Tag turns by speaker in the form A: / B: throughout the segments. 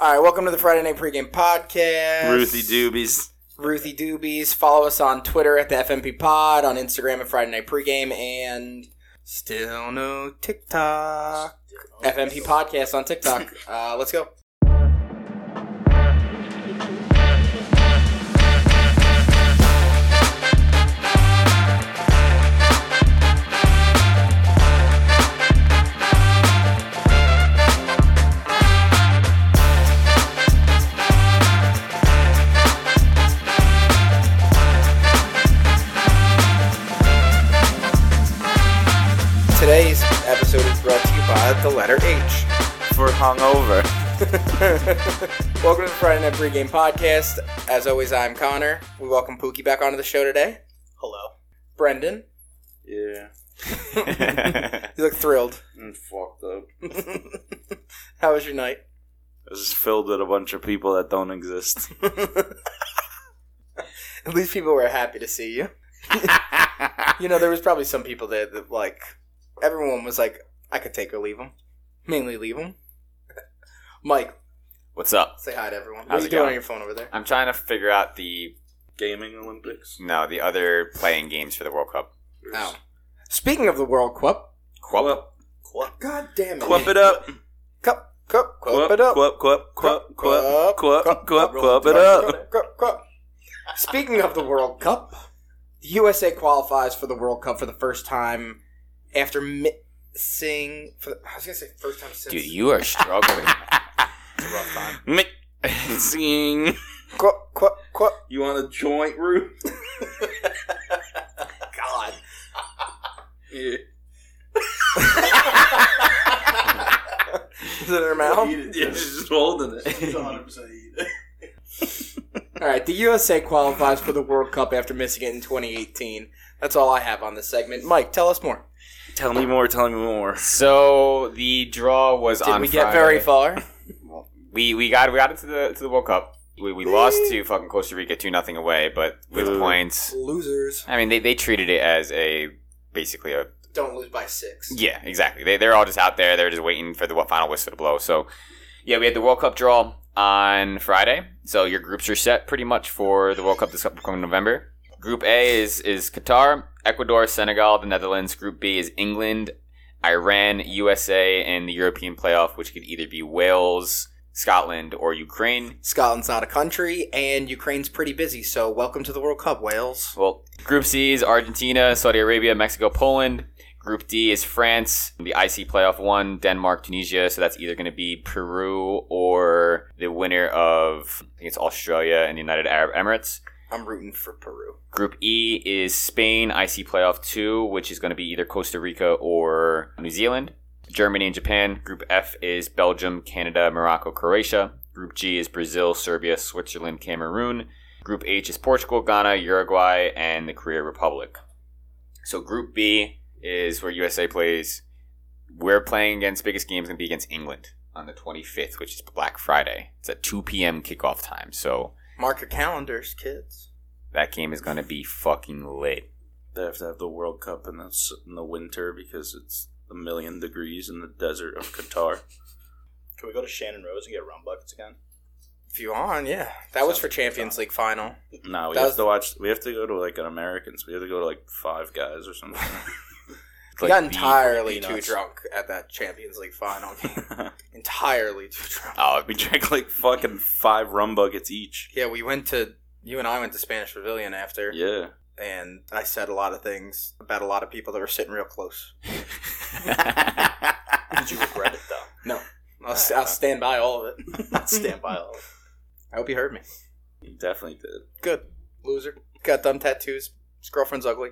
A: All right, welcome to the Friday Night Pregame Podcast.
B: Ruthie Doobies.
A: Ruthie Doobies. Follow us on Twitter at the FMP Pod, on Instagram at Friday Night Pregame, and still no TikTok. FMP Podcast on TikTok. uh, let's go. Today's episode is brought to you by the letter H.
B: For hungover.
A: welcome to the Friday Night Pregame Podcast. As always, I'm Connor. We welcome Pookie back onto the show today.
C: Hello.
A: Brendan,
D: Yeah,
B: it
A: you look thrilled.
D: I'm fucked up.
A: How was your night?
B: was just filled with a bunch of people that don't exist.
A: At least people were happy to see you. You know, there was probably some people there that like everyone was like, I could take or leave them, mainly leave them. Mike,
E: What's up?
A: say hi to everyone. What
E: How's
A: are you
E: it
A: doing
E: going?
A: on your phone over there?
E: I'm trying to figure out the
D: Gaming Olympics.
E: no the other playing games for the World Cup.
A: Oh. Speaking of the World Cup,
E: Quap.
A: God damn it,
B: Quip it up.
A: cup, cup,
B: Quip,
A: cup it up,
B: quip, quip, quip, quip, quip, quip, quip it up.
A: cup, cup, cup. Speaking of the World Cup, the USA qualifies for the World Cup for the first time after missing. For the, I was gonna say first time since.
E: Dude, you are struggling.
B: Mixing.
A: Quip, quip, quip.
D: You want a joint, Rue?
A: God.
D: Yeah.
A: Is it in her mouth?
C: Eat it.
D: Yeah, she's just holding
C: It's
D: it.
C: 100% eat it.
A: All right, the USA qualifies for the World Cup after missing it in 2018. That's all I have on this segment. Mike, tell us more.
B: Tell me more, tell me more.
E: so the draw was
A: Did
E: on.
A: we get
E: Friday.
A: very far?
E: We we got we got into the to the World Cup. We, we lost to fucking Costa Rica two nothing away, but with
B: Ooh.
E: points.
A: Losers
E: I mean, they, they treated it as a basically a
A: don't lose by six.
E: Yeah, exactly. They, they're all just out there. They're just waiting for the wh- final whistle to blow. So, yeah, we had the World Cup draw on Friday. So your groups are set pretty much for the World Cup this upcoming November. Group A is is Qatar, Ecuador, Senegal, the Netherlands. Group B is England, Iran, USA, and the European playoff, which could either be Wales, Scotland, or Ukraine.
A: Scotland's not a country, and Ukraine's pretty busy. So welcome to the World Cup, Wales.
E: Well, Group C is Argentina, Saudi Arabia, Mexico, Poland. Group D is France, the IC playoff one, Denmark, Tunisia. So that's either going to be Peru or the winner of, I think it's Australia and the United Arab Emirates.
A: I'm rooting for Peru.
E: Group E is Spain, IC playoff two, which is going to be either Costa Rica or New Zealand. Germany and Japan. Group F is Belgium, Canada, Morocco, Croatia. Group G is Brazil, Serbia, Switzerland, Cameroon. Group H is Portugal, Ghana, Uruguay, and the Korea Republic. So Group B is where USA plays. We're playing against biggest game is going to be against England on the 25th, which is Black Friday. It's at 2 p.m. kickoff time, so
A: Mark your calendars, kids.
E: that game is going to be fucking lit.
B: They have to have the World Cup in the, s- in the winter because it's a million degrees in the desert of Qatar.
C: Can we go to Shannon Rose and get rum buckets again?
A: If you on, yeah. That was for
C: uh,
A: Champions League final.
B: No, we
A: That
B: have
A: was-
B: to watch. We have to go to like an Americans. We have to go to like Five Guys or something.
A: We
E: Like
A: got
E: the-
A: entirely
C: the
A: too
C: nuts.
A: drunk at that Champions League final game. entirely too drunk.
E: Oh,
B: we drank like fucking five rum buckets each.
A: Yeah, we went to you and I went to Spanish Pavilion after,
B: Yeah,
A: and I said a lot of things about a lot of people that were sitting real close.
C: Did you regret it, though?
A: I'll, s will stand by all of it.
C: Stand by all.
A: I hope you heard me.
B: you definitely did.
A: Good loser. Got dumb tattoos. His girlfriend's ugly.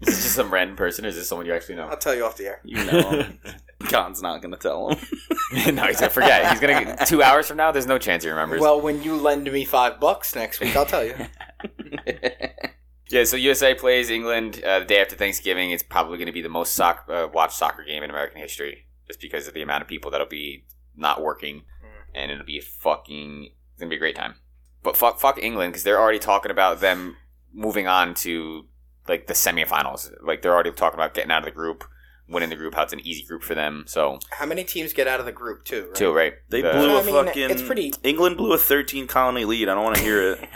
E: is this just some random person, or is this someone you actually know?
A: I'll tell you off the air.
B: You know, him. Khan's not gonna tell him.
E: no, he's gonna forget. He's gonna get- two hours from now. There's no chance he remembers.
A: Well, when you lend me five bucks next week, I'll tell you.
E: yeah. So USA plays England uh, the day after Thanksgiving. It's probably gonna be the most soc- uh, watched soccer game in American history, just because of the amount of people that'll be not working,
A: Mm.
E: and it'll be fucking. It's gonna be a great time. But fuck, fuck England because they're already talking about them moving on to like the semifinals. Like they're already talking about getting out of the group. winning the group out's an easy group for them. So
A: How many teams get out of the group too? Right?
E: two, right?
B: They
E: The-
A: So,
B: blew
A: I
B: a
A: mean,
B: fucking.
A: it's pretty.
B: England blew a 13 colony lead. I don't want to hear it.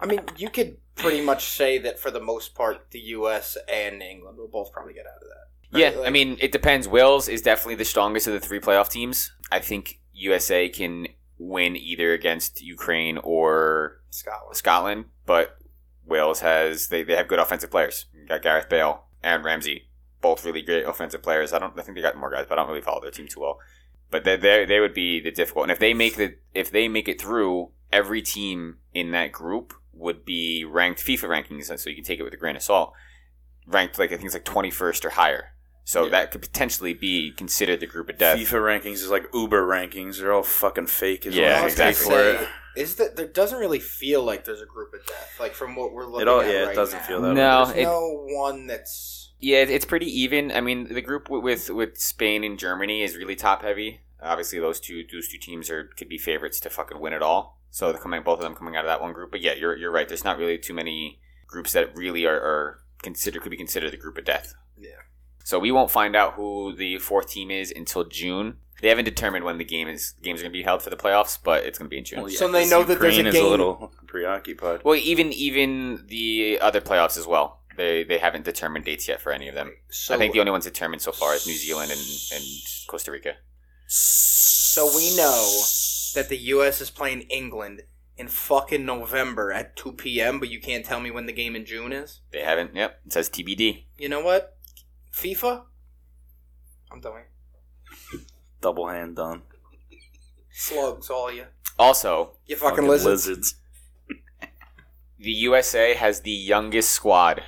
A: I mean, you could pretty much say that for the most part, the U.S. and England will both probably get out of that.
E: yeah,
A: Right?
E: I
A: Like,
E: mean, it depends. Wales is definitely the strongest of the three playoff teams. I think USA can win either against Ukraine or
A: Scotland.
E: Scotland, but Wales has they, they have good offensive players. You got Gareth Bale and Ramsey, both really great offensive players. I don't I think they got more guys, but I don't really follow their team too well. But they they they would be the difficult. And if they make the if they make it through, every team in that group would be ranked FIFA rankings, and so you can take it with a grain of salt. Ranked like I think it's like twenty first or higher. So
B: Yeah.
E: that could potentially be considered the group of death.
B: FIFA rankings is like Uber rankings. They're all fucking fake. Is
E: Yeah,
B: what I
E: exactly.
B: Pay for it.
A: Is that there doesn't really feel like there's a group of death, like from what we're looking
B: It all
A: at.
B: yeah,
A: right
B: it doesn't
A: now.
B: feel that
E: No,
B: way.
A: There's
E: it-
A: no one that's
E: Yeah, it- it's pretty even. I mean, the group wi- with with Spain and Germany is really top heavy. Obviously, those two those two teams are could be favorites to fucking win it all. So they're coming both of them coming out of that one group. But yeah, you're you're right. There's not really too many groups that really are, are considered could be considered the group of death.
A: Yeah.
E: So we won't find out who the fourth team is until June. They haven't determined when the game is games are going to be held for the playoffs, but it's going to be in June.
B: Well, Oh, yeah,
A: So they
B: 'cause
A: know that there's a
B: Ukraine is
A: game.
B: a little preoccupied.
E: Well, even even the other playoffs as well. They they haven't determined dates yet for any of them.
A: so.
E: I think the only ones determined so far is New Zealand and, and Costa Rica.
A: so we know that the U.S. is playing England in fucking November at 2 p.m., but you can't tell me when the game in June is.
E: They haven't. Yep, it says TBD.
A: You know what? FIFA. I'm done.
B: Double hand done.
A: Slugs, all you.
E: Also,
A: You fucking, listen.
B: lizards.
E: the USA has the youngest squad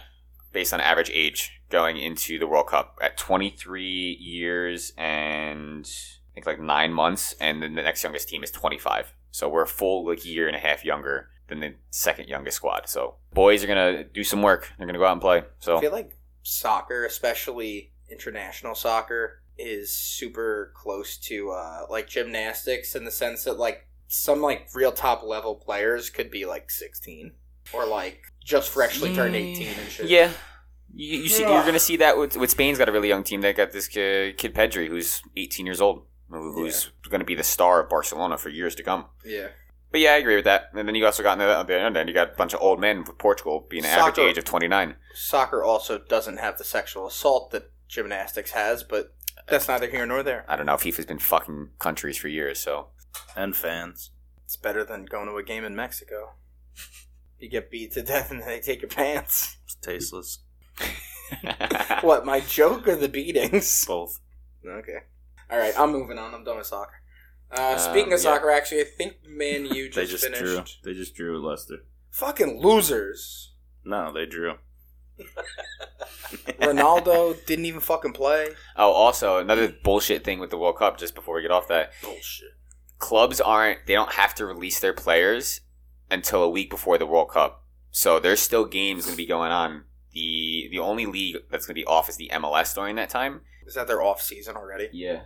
E: based on average age going into the World Cup at 23 years and I think like nine months, and then the next youngest team is 25. So we're a full like year and a half younger than the second youngest squad. So boys are gonna do some work. They're gonna go out and play. So
A: I feel like soccer, especially international soccer, is super close to uh, like gymnastics in the sense that like some like real top level players could be like 16 or like just freshly turned 18 and shit.
E: Yeah. You, you see, you're going to see that with, with Spain's got a really young team. They got this kid, kid Pedri, who's 18 years old, who- who's going to be the star of Barcelona for years to come.
A: yeah.
E: But yeah, I agree with that. And then you also got on the on the other end, you got a bunch of old men with Portugal being an average
A: Soccer.
E: age of 29.
A: Soccer also doesn't have the sexual assault that gymnastics has, but that's neither here nor there.
E: I don't know. FIFA's been fucking countries for years, so
B: And fans.
A: It's better than going to a game in Mexico. You get beat to death and they take your pants.
B: It's tasteless.
A: What, my joke or the beatings?
B: Both.
A: Okay. All right, I'm moving on. I'm done with soccer. Uh,
E: Um,
A: speaking of
E: yeah.
A: soccer, actually, I think Man U just,
B: They just
A: finished.
B: drew. They just drew Leicester.
A: Fucking losers.
B: No, they drew.
A: Ronaldo didn't even fucking play.
E: Oh, also another bullshit thing with the World Cup. Just before we get off that,
A: Bullshit.
E: clubs aren't they don't have to release their players until a week before the World Cup. So there's still games going to be going on. The the only league that's going to be off is the MLS during that time.
A: Is that their off season already?
E: Yeah.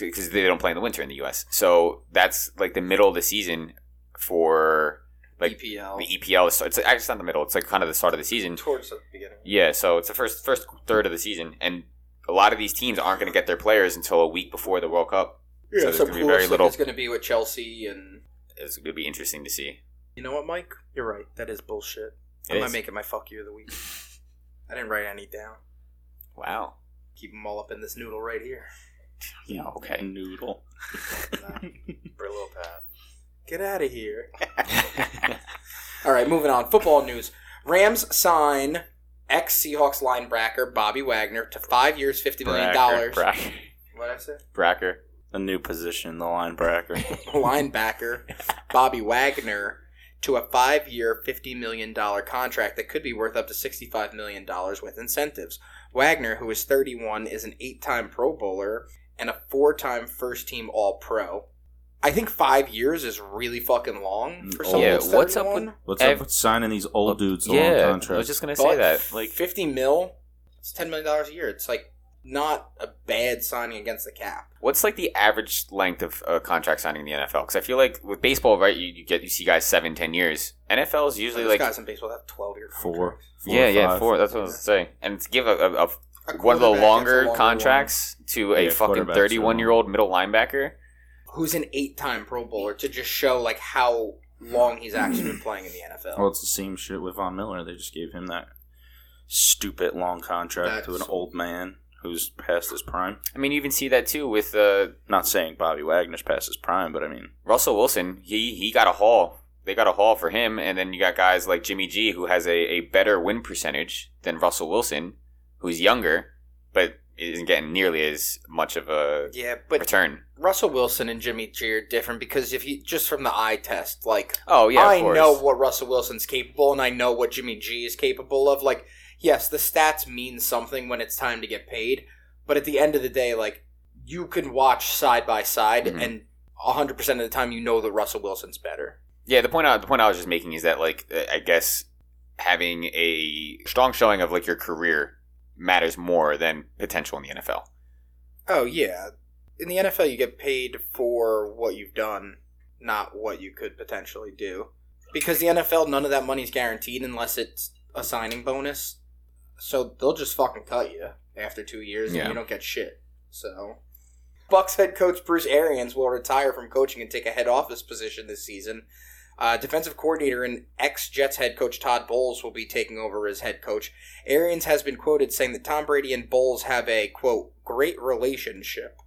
E: Because they don't play in the winter in the US. So that's like the middle of the season for Like,
A: EPL.
E: the E EPL. So it's actually not the middle. It's like kind of the start of the season.
A: Towards the beginning.
E: Yeah, so it's the first first third of the season and a lot of these teams aren't going to get their players until a week before the World Cup. Yeah, so there's gonna be very
A: Pulisic
E: little-
A: is going to be with Chelsea, and
E: It's going to be interesting to see.
A: you know what, Mike? You're right. That is bullshit.
E: It
A: I'm not
E: is.
A: making my fuck you of the week. I didn't write any down.
E: Wow.
A: Keep them all up in this noodle right here.
E: Yeah, okay.
B: Noodle.
C: Brillo pad.
A: Get out of here. All right, moving on. Football news. Rams sign ex Seahawks linebacker Bobby Wagner to five years, fifty million dollars.
E: Bracker.
A: What I say?
E: Bracker.
B: A new position in the linebacker.
A: Linebacker Bobby Wagner to a five-year, fifty million dollar contract that could be worth up to sixty-five million dollars with incentives. Wagner, who is thirty-one, is an eight-time Pro Bowler and a four-time first-team All-Pro. I think five years is really fucking long for someone
B: Yeah,
A: that's
E: Mm, oh, what's up
A: 31.
B: What's
E: Ev-
B: up with signing these old dudes
E: yeah,
B: long
E: I was
B: contracts?
E: just gonna
A: But
E: say that. Like,
A: fifty mil, it's ten million dollars a year. It's like not a bad signing against the cap.
E: what's like the average length of a contract signing in the NFL? Because I feel like with baseball, right, you, you get you see guys seven, ten years. NFL is usually
A: Those
E: like
A: guys in baseball have twelve year
B: Four.
A: contracts.
B: four
E: yeah,
B: or
E: yeah,
B: five.
E: four. That's what I was saying. And to give a, a, a one of the
A: quarterback gets a
E: longer,
A: one.
E: contracts to a
B: Yeah,
E: fucking
B: quarterbacks are
E: 31 year old middle linebacker.
A: Who's an eight-time Pro Bowler to just show like how long he's actually been playing in the NFL?
B: Well, it's the same shit with Von Miller. They just gave him that stupid long contract to an
A: That's-
B: old man who's past his prime.
E: I mean, you even see that too with uh,
B: Not saying Bobby Wagner's past his prime, but I mean,
E: Russell Wilson. He he got a haul. They got a haul for him, and then you got guys like Jimmy G, who has a, a better win percentage than Russell Wilson, who's younger, but isn't getting nearly as much of a
A: yeah, but
E: return.
A: Russell Wilson and Jimmy G are different because if you just from the eye test, like
E: Oh yeah, of
A: I
E: course.
A: know what Russell Wilson's capable, and I know what Jimmy G is capable of. Like, yes, the stats mean something when it's time to get paid, but at the end of the day, like you can watch side by side,
E: Mhm.
A: and hundred percent of the time, you know that Russell Wilson's better.
E: Yeah, the point I, the point I was just making is that like uh, I guess having a strong showing of like your career matters more than potential in the NFL.
A: Oh yeah, in the NFL, you get paid for what you've done, not what you could potentially do, because the NFL, none of that money's guaranteed unless it's a signing bonus. So they'll just fucking cut you after two years,
E: Yeah.
A: and you don't get shit. So, Bucks head coach Bruce Arians will retire from coaching and take a head office position this season. Uh, defensive coordinator and ex Jets head coach Todd Bowles will be taking over as head coach. Arians has been quoted saying that Tom Brady and Bowles have a quote great relationship.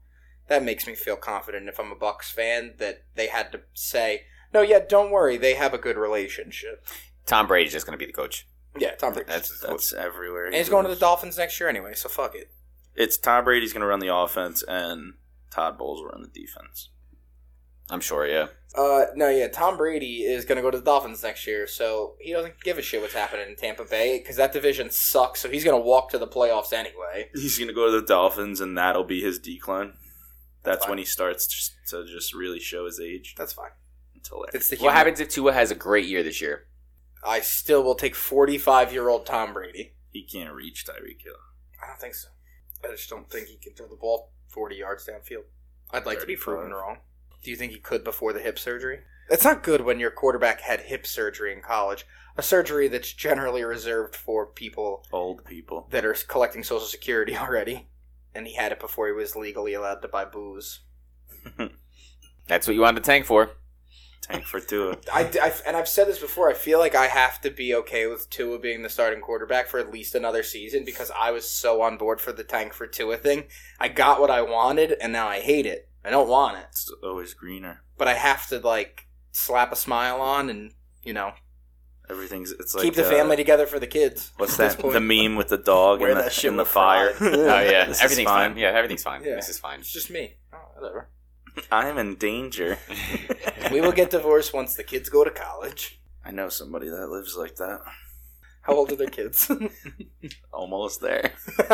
A: That makes me feel confident if I'm a Bucks fan that they had to say no. Yeah, don't worry, they have a good relationship.
E: Tom Brady's just going to be the coach.
A: Yeah, Tom Brady.
E: That's that's
B: that's everywhere.
A: and he's
B: he
A: going to the
B: goes.
A: Dolphins next year anyway, so fuck it.
B: It's Tom Brady's going to run the offense, and Todd Bowles will run the defense.
E: I'm sure. Yeah.
A: Uh, no, yeah, Tom Brady is going to go to the Dolphins next year, so he doesn't give a shit what's happening in Tampa Bay because that division sucks. So he's going to walk to the playoffs anyway.
B: He's going to go to the Dolphins, and that'll be his decline. That's
A: Fine.
B: when he starts just- to just really show his age.
A: That's fine.
B: Until then.
A: It's the
E: What
A: human-
E: happens if Tua has a great year this year?
A: I still will take forty-five-year-old Tom Brady.
B: he can't reach Tyreek Hill.
A: I don't think so. I just don't think he can throw the ball 40 yards downfield. I'd like to be
B: 35.
A: proven wrong. Do you think he could before the hip surgery? It's not good when your quarterback had hip surgery in college, a surgery that's generally reserved for people
B: Old people.
A: that are collecting Social Security already. And he had it before he was legally allowed to buy booze.
E: That's what you wanted to tank for.
B: Tank for Tua.
A: I, I- and I've said this before. I feel like I have to be okay with Tua being the starting quarterback for at least another season because I was so on board for the tank for Tua thing. I got what I wanted, and now I hate it. I don't want it,
B: It's always greener.
A: but I have to like slap a smile on and you know
B: Everything's. It's like
A: keep the
B: uh,
A: family together for the kids.
B: What's
A: at this
B: that?
A: point.
B: The meme with the dog
C: Where
B: and
C: that
B: the,
C: shit
B: and the
C: would
B: fire.
C: fly.
E: Oh yeah,
B: This is
E: everything's fine.
B: fine.
E: Yeah, everything's fine.
A: Yeah.
E: This is fine.
A: It's just me. Oh, whatever.
B: I'm in danger.
A: we will get divorced once the kids go to college.
B: I know somebody that lives like that.
A: How old are their kids?
B: Almost there.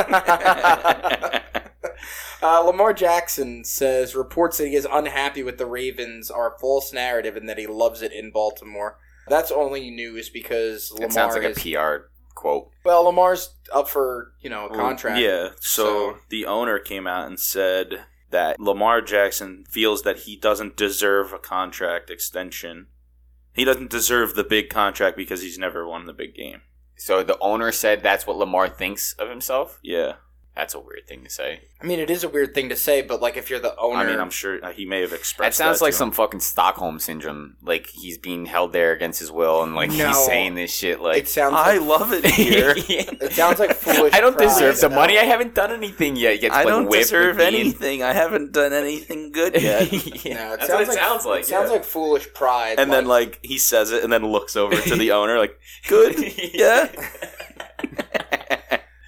A: Uh, Lamar Jackson says reports that he is unhappy with the Ravens are false narrative and that he loves it in Baltimore. That's only news because Lamar
E: it sounds like a
A: is
E: PR quote.
A: well, Lamar's up for you know a
B: Well,
A: contract.
B: Yeah. So,
A: So-
B: the owner came out and said that Lamar Jackson feels that he doesn't deserve a contract extension. He doesn't deserve the big contract because he's never won the big game.
E: So the owner said that's what Lamar thinks of himself.
B: Yeah.
E: That's a weird thing to say.
A: I mean it is a weird thing to say, but like if you're the owner,
B: I mean, I'm sure uh, he may have
E: That
B: expressed.
E: sounds like
B: to
E: some fucking Stockholm syndrome. Like he's being held there against his will, and like
A: No.
E: he's saying this
A: it
E: shit like.
B: him.
A: sounds
B: I
A: like,
B: love it here.
A: it sounds like foolish.
E: I don't
A: pride.
E: deserve the money. I haven't done anything yet. He Gets,
B: I
E: like,
B: don't
E: whipped
B: deserve
E: and beaten.
B: anything. I haven't done anything good
E: yeah,
B: yet.
A: No, it
E: that's
A: sounds
E: what it
A: like,
E: sounds like.
A: It sounds like foolish pride.
B: and then like he says it and then looks over to the owner like good yeah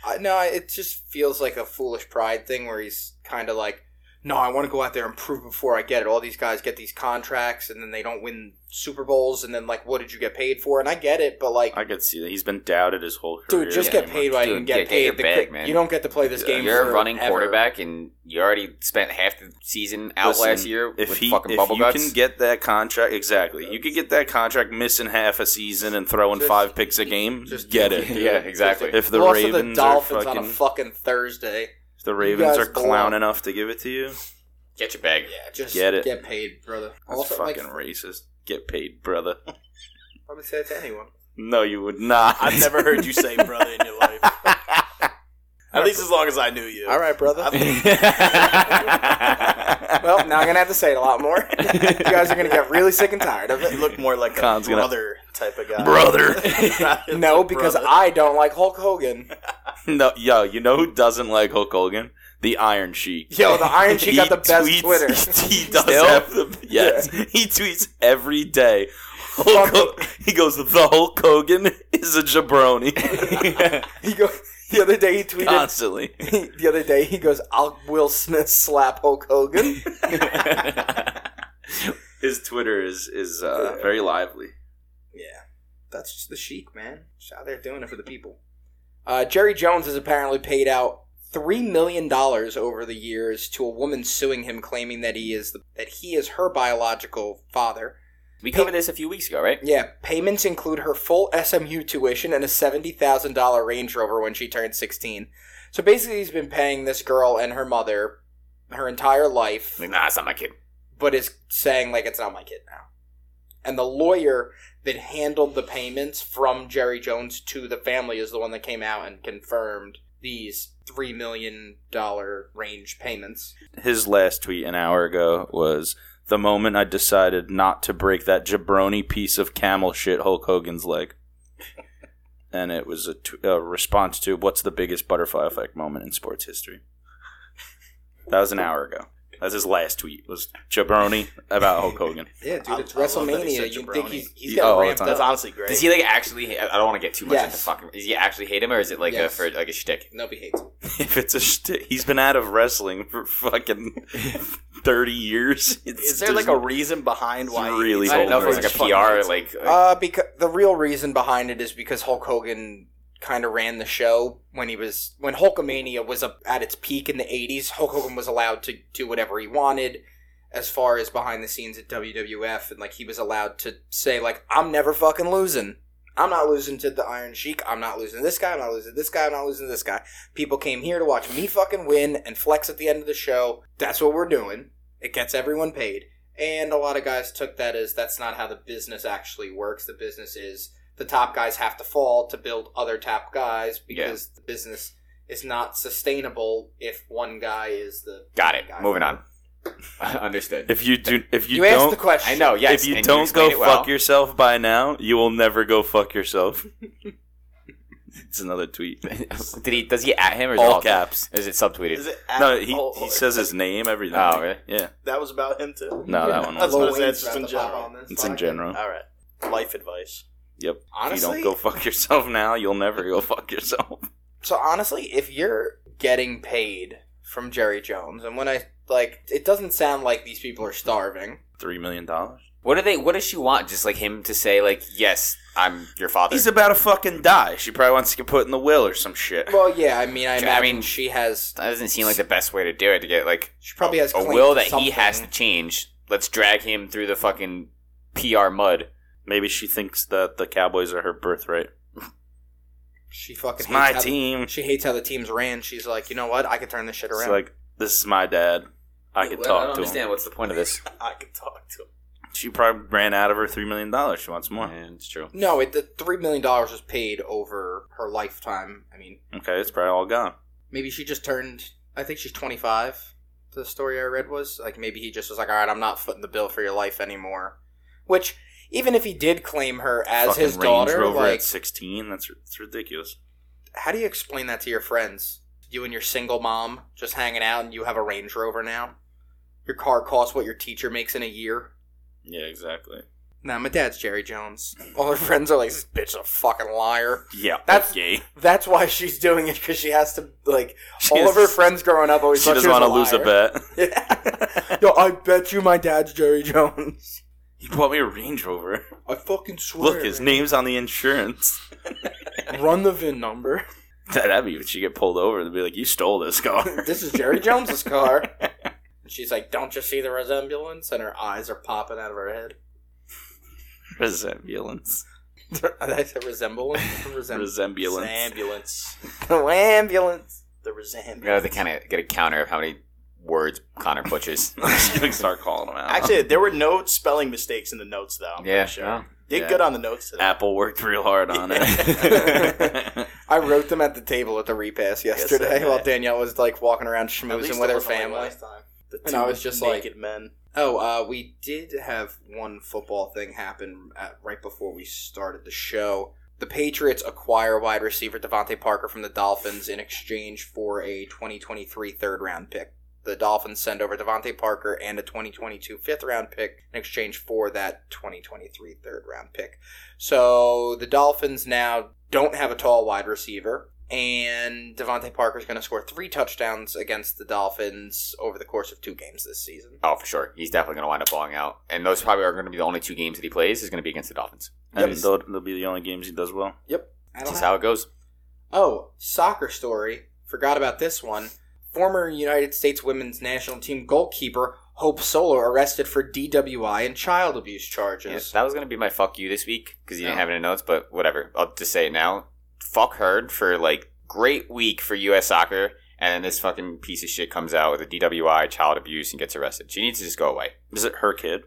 A: I, no, I- it just feels like a foolish pride thing where he's kind of like, no, I want to go out there and prove before I get it. All these guys get these contracts and then they don't win Super Bowls and then like, what did you get paid for? And I get it, but like,
B: i could see that he's been doubted his whole career
A: dude, just
E: yeah,
A: get
B: pretty
A: paid
B: much.
A: while you
E: Dude,
A: can get
E: get- get your
A: paid. The
E: bag,
A: cri-
E: man.
A: You don't get to play this
B: Yeah.
A: game.
E: You're a
A: forever.
E: running quarterback, and you already spent half the season out
B: Listen,
E: last year
B: if
E: with
B: he
E: fucking
B: if
E: bubble
B: you
E: guts.
B: can get that contract exactly you could get that contract missing half a season and throwing
A: Just-
B: five picks a game
A: just-
B: just get it
E: yeah, exactly.
B: if the
A: Lost to
B: ravens
A: the Dolphins
B: are
A: on a
B: fucking
A: fucking Thursday.
B: if the
A: guys
B: ravens are clown
A: belong.
B: enough to give it to you
E: Get your bag.
A: Yeah, just
B: Get it.
A: Get paid, brother.
B: that's
A: also, like,
B: fucking racist get paid brother
A: I would say that to anyone.
B: no you would not
C: I've never heard you say brother in your life. At least as long as I knew you.
A: All right, brother. Well, now I'm gonna have to say it a lot more. you guys are gonna get really sick and tired of
C: You
A: it.
C: look more like a
B: Khan's gonna-
C: brother type of guy.
B: Brother.
A: No, because I don't like Hulk Hogan.
B: no, yo, you know who doesn't like Hulk Hogan? The Iron Sheik.
A: Yo, the Iron Sheik got the best
B: tweets-
A: Twitter.
B: He, does
E: Still?
B: have the yes. He tweets every day. Hulk Ho- he goes, the Hulk Hogan is a jabroni.
A: He go, the other day he tweeted.
B: Constantly.
A: the other day he goes, "I'll Will Smith slap Hulk Hogan."
B: His Twitter is is uh, very lively.
A: Yeah, that's just the chic, man. Just out there doing it for the people. Uh, Jerry Jones has apparently paid out three million dollars over the years to a woman suing him, claiming that he is the, that he is her biological father.
E: we covered this a few weeks ago, right?
A: Yeah, payments include her full SMU tuition and a seventy thousand dollar Range Rover when she turned sixteen. So basically, he's been paying this girl and her mother her entire life
E: Like, nah, it's not my kid.
A: but is saying like it's not my kid now. And the lawyer that handled the payments from Jerry Jones to the family is the one that came out and confirmed these three million dollar range payments.
B: His last tweet an hour ago was the moment I decided not to break that jabroni piece of camel shit Hulk Hogan's leg. And it was a, t- a response to what's the biggest butterfly effect moment in sports history. That was an hour ago. That's his last tweet was jabroni about Hulk Hogan.
A: Yeah,
C: I-
A: dude, it's
C: I love that he
A: WrestleMania.
C: said
A: You think
C: jabroni.
A: he's, he's
B: He-
A: got
B: oh,
A: ramped
B: it's
A: up?
C: That's honestly great.
E: Does he like actually? I don't want to get too much into
A: Yes.
E: fucking. Does he actually hate him, or is it like
A: Yes.
E: a for like a shtick?
A: Nobody hates. Him.
B: If it's a shtick, he's been out of wrestling for fucking thirty years. It's-
C: Is there like a reason behind why? he
B: Really
C: hates
E: I didn't
B: don't
E: know if it was
B: know.
E: like a
C: Hulk
E: PR.
C: Hogan?
E: Like, uh,
A: Uh, because the real reason behind it is because Hulk Hogan kind of ran the show when he was when Hulkamania was up at its peak in the '80s. Hulk Hogan was allowed to do whatever he wanted as far as behind the scenes at WWF, and like he was allowed to say like I'm never fucking losing. I'm not losing to the Iron Sheik. I'm not losing to this guy. I'm not losing to this guy. I'm not losing to this guy. People came here to watch me fucking win and flex at the end of the show. That's what we're doing. It gets everyone paid. And a lot of guys took that as that's not how the business actually works. The business is the top guys have to fall to build other top guys because the business is not sustainable if one guy is the
E: got it.
A: guy.
E: Moving on. Understood.
B: if you do if
A: You,
B: you,
A: asked
B: don't
A: the question.
E: I know. Yes.
B: if you
E: and
B: don't go
E: explained
B: fuck
E: it well.
B: yourself by now, you will never go fuck yourself. it's another tweet.
E: Did he? Does he at him or is it
B: All caps.
E: Is it subtweeted?
C: Is it at-
B: No, he,
C: oh,
B: he says his name, everything.
E: Oh, really?
B: Yeah.
C: that was about him too.
B: No, that one
C: That's
B: was
C: what
A: Lil
C: I said,
A: Wayne's
C: it's just
A: about
C: in
A: to pop
C: general.
A: on this
B: It's in
A: podcast.
B: general.
C: All right, life advice.
B: Yep.
A: Honestly,
B: if you don't go fuck yourself now, you'll never go fuck yourself.
A: so honestly, if you're getting paid from Jerry Jones, and when I like, it doesn't sound like these people are starving.
B: Three million dollars.
E: What do they? What does she want? Just like him to say, like, yes, I'm your father.
B: He's about to fucking die. She probably wants to get put in the will or some shit.
A: Well, yeah, I mean, I
E: I
A: imagine
E: mean-
A: she has,
E: that doesn't seem like the best way to do it. To get like
A: she probably has
E: a
A: claims to
E: will that he has to
A: something.
E: change. Let's drag him through the fucking PR mud.
B: Maybe she thinks that the Cowboys are her birthright.
A: She fucking
B: It's
A: hates
B: my
A: how-
B: team.
A: She hates how the teams ran. She's like, you know what? I could turn this shit
B: It's
A: around.
B: like this is my dad. I could talk to him.
E: what's the point of this.
C: I could talk to him.
B: She probably ran out of her three million dollars. She wants more.
E: it's true.
A: no, it, the three million dollars was paid over her lifetime. I mean,
B: Okay, it's probably all gone.
A: maybe she just turned. I think she's twenty five. The story I read was like maybe he just was like, all right, I'm not footing the bill for your life anymore. Which even if he did claim her as
B: Fucking
A: his
B: Range
A: daughter,
B: Rover
A: like
B: at sixteen. That's it's ridiculous.
A: how do you explain that to your friends? You and your single mom just hanging out, and you have a Range Rover now. Your car costs what your teacher makes in a year.
B: Yeah, exactly.
A: Nah, my dad's Jerry Jones. All her friends are like, this bitch a fucking liar.
B: Yeah,
A: That's-
B: that's gay.
A: That's why she's doing it because she has to like
B: She
A: all of her
B: is-
A: friends growing up always.
B: She doesn't
A: want to
B: lose a bet.
A: bet. Yo, I bet you my dad's Jerry Jones.
B: He bought me a Range Rover.
A: I fucking swear.
B: Look, his name's on the insurance.
A: Run the VIN number.
B: That'd be what you get pulled over and be like, "You stole this car."
A: This is Jerry Jones's car. And she's like, "Don't you see the resemblance?" And her eyes are popping out of her head.
B: Resemblance.
A: Did I say resemblance? Resemblance.
B: Resemblance.
C: Ambulance.
A: Oh, ambulance.
C: The resemblance.
E: You know, they kind of get a counter of how many words Connor butchers.
B: She's gonna start calling him out.
C: Actually, there were no spelling mistakes in the notes, though. I'm pretty
E: yeah,
C: sure.
E: no.
C: Did
B: Yeah.
C: good on the notes today.
B: Apple worked real hard on it.
A: I wrote them at the table at the repass yesterday
C: bet.
A: while Danielle was like walking around
C: At least
A: schmoozing with
C: it
A: her
C: wasn't like
A: family.
C: last time. The
A: And I was just like-
C: naked men.
A: Oh, uh, we did have one football thing happen at, right before we started the show. The Patriots acquire wide receiver Devontae Parker from the Dolphins in exchange for a 2023 third round pick. The Dolphins send over Devontae Parker and a 2022 fifth round pick in exchange for that 2023 third round pick. So the Dolphins now don't have a tall wide receiver, and Devontae Parker is going to score three touchdowns against the Dolphins over the course of two games this season.
E: Oh, for sure. He's definitely going to wind up falling out. And those probably are going to be the only two games that he plays is going to be against the Dolphins.
B: And
A: Yes.
B: they'll, they'll be the only games he does well.
A: I
E: That's
A: don't
E: just
A: have-
E: how it goes.
A: oh, soccer story. Forgot about this one. Former United States women's national team goalkeeper Hope Solo arrested for DWI and child abuse
E: Yeah,
A: charges.
E: that was going to be my fuck you this week because you didn't
A: Oh.
E: have any notes, but whatever. I'll just say it now. Fuck her for like great week for U.S. soccer. And then this fucking piece of shit comes out with a DWI, child abuse, and gets arrested. She needs to just go away.
B: Is it her kid?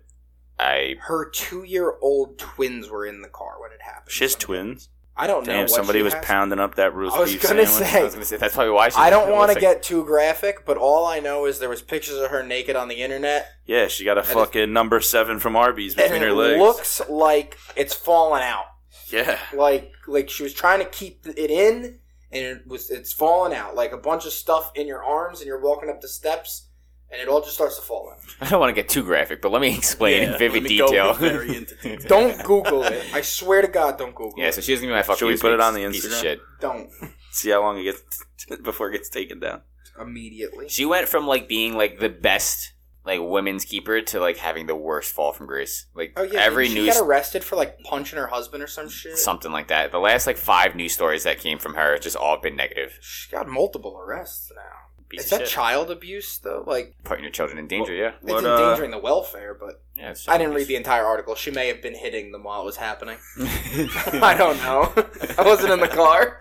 E: I
A: Her two-year-old twins were in the car when it happened.
B: She has twins.
A: I don't know.
B: Damn,
A: what
B: somebody
A: she
B: was
A: has.
B: pounding up that roast
A: I was
B: beef
A: gonna
B: sandwich.
E: I
A: say.
E: was going to say that's probably why she's
A: I don't want to get
E: prolific.
A: too graphic, but all I know is there was pictures of her naked on the internet,
B: Yeah, she got a
A: is-
B: fucking number seven from Arby's
A: and
B: between
A: it
B: her legs.
A: looks like it's fallen out.
B: yeah.
A: like like she was trying to keep it in and it was it's falling out like a bunch of stuff in your arms and you're walking up the steps and it all just starts to fall out
E: I don't want to get too graphic, but let me explain in
C: Yeah,
E: vivid
C: let me go
E: detail.
C: very into detail.
A: don't google it i swear to god don't google
E: yeah,
A: it
E: so she's gonna be my fuck
B: Should
E: you
B: we
E: this
B: put it
E: week's
B: on the
E: piece of
B: Instagram?
E: shit.
A: don't
B: See how long it gets before it gets taken down.
A: immediately
E: She went from like being like the best like women's keeper to like having the worst fall from grace. Like
A: oh yeah
E: every
A: she
E: news
A: got arrested for like punching her husband or some shit
E: something like that. The last like five news stories that came from her just all been negative.
A: she got multiple arrests now
E: Piece
A: is
E: of
A: that
E: shit.
A: child abuse though like
E: Putting your children in danger, yeah.
A: it's
B: What, uh,
A: endangering the welfare but
E: Yeah, it's
A: i didn't read the entire article she may have been hitting them while it was happening i don't know i wasn't in the car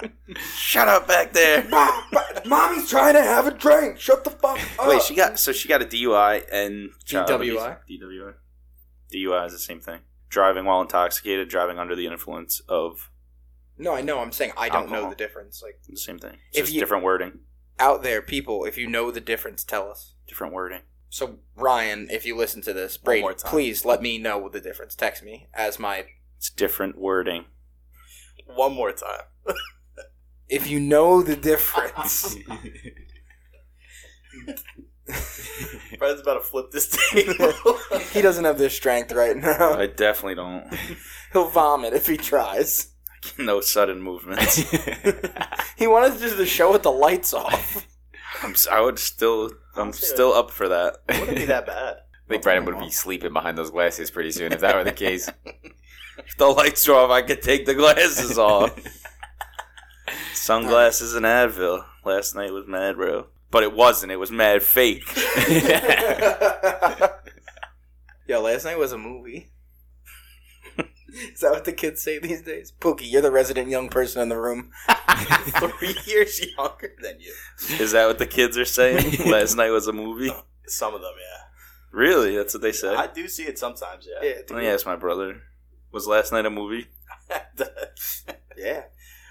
B: Shut up back there.
A: Mom, but mommy's trying to have a drink. Shut the fuck up.
B: Wait, she got so she got a DUI and child abuse.
A: DWI?
B: DWI. DUI is the same thing. Driving while intoxicated, driving under the influence of
A: no, I know. I'm saying I don't know
B: Alcohol.
A: the difference. Like
B: the same thing. It's
A: If
B: just
A: you-
B: different wording.
A: out there, people, if you know the difference, tell us.
B: Different wording.
A: So Ryan, if you listen to this,
C: One
A: Brady,
C: more time.
A: please let me know the difference. Text me as my
B: It's different wording.
C: One more time.
A: if you know the difference.
C: Brad's about to flip this table.
A: he doesn't have the strength right now.
B: I definitely don't.
A: He'll vomit if he tries.
B: no sudden movements.
A: He wanted to do the show with the lights off.
B: I'm, s- I would still. I'm still up for that.
C: Wouldn't be that bad.
E: I think Brandon would be sleeping behind those glasses pretty soon if that were the case.
B: If the lights are off, I could take the glasses off. Sunglasses and Advil. Last night was mad, bro. But it wasn't. It was mad fake.
A: Yo, last night was a movie. Is that what the kids say these days? Pookie, you're the resident young person in the room.
C: Three years younger than you.
B: Is that what the kids are saying? Last night was a movie.
C: Some of them, yeah.
B: Really? That's what they say.
C: I do see it sometimes, yeah.
A: Yeah,
B: Let me ask my brother. Was last night a movie?
A: yeah. I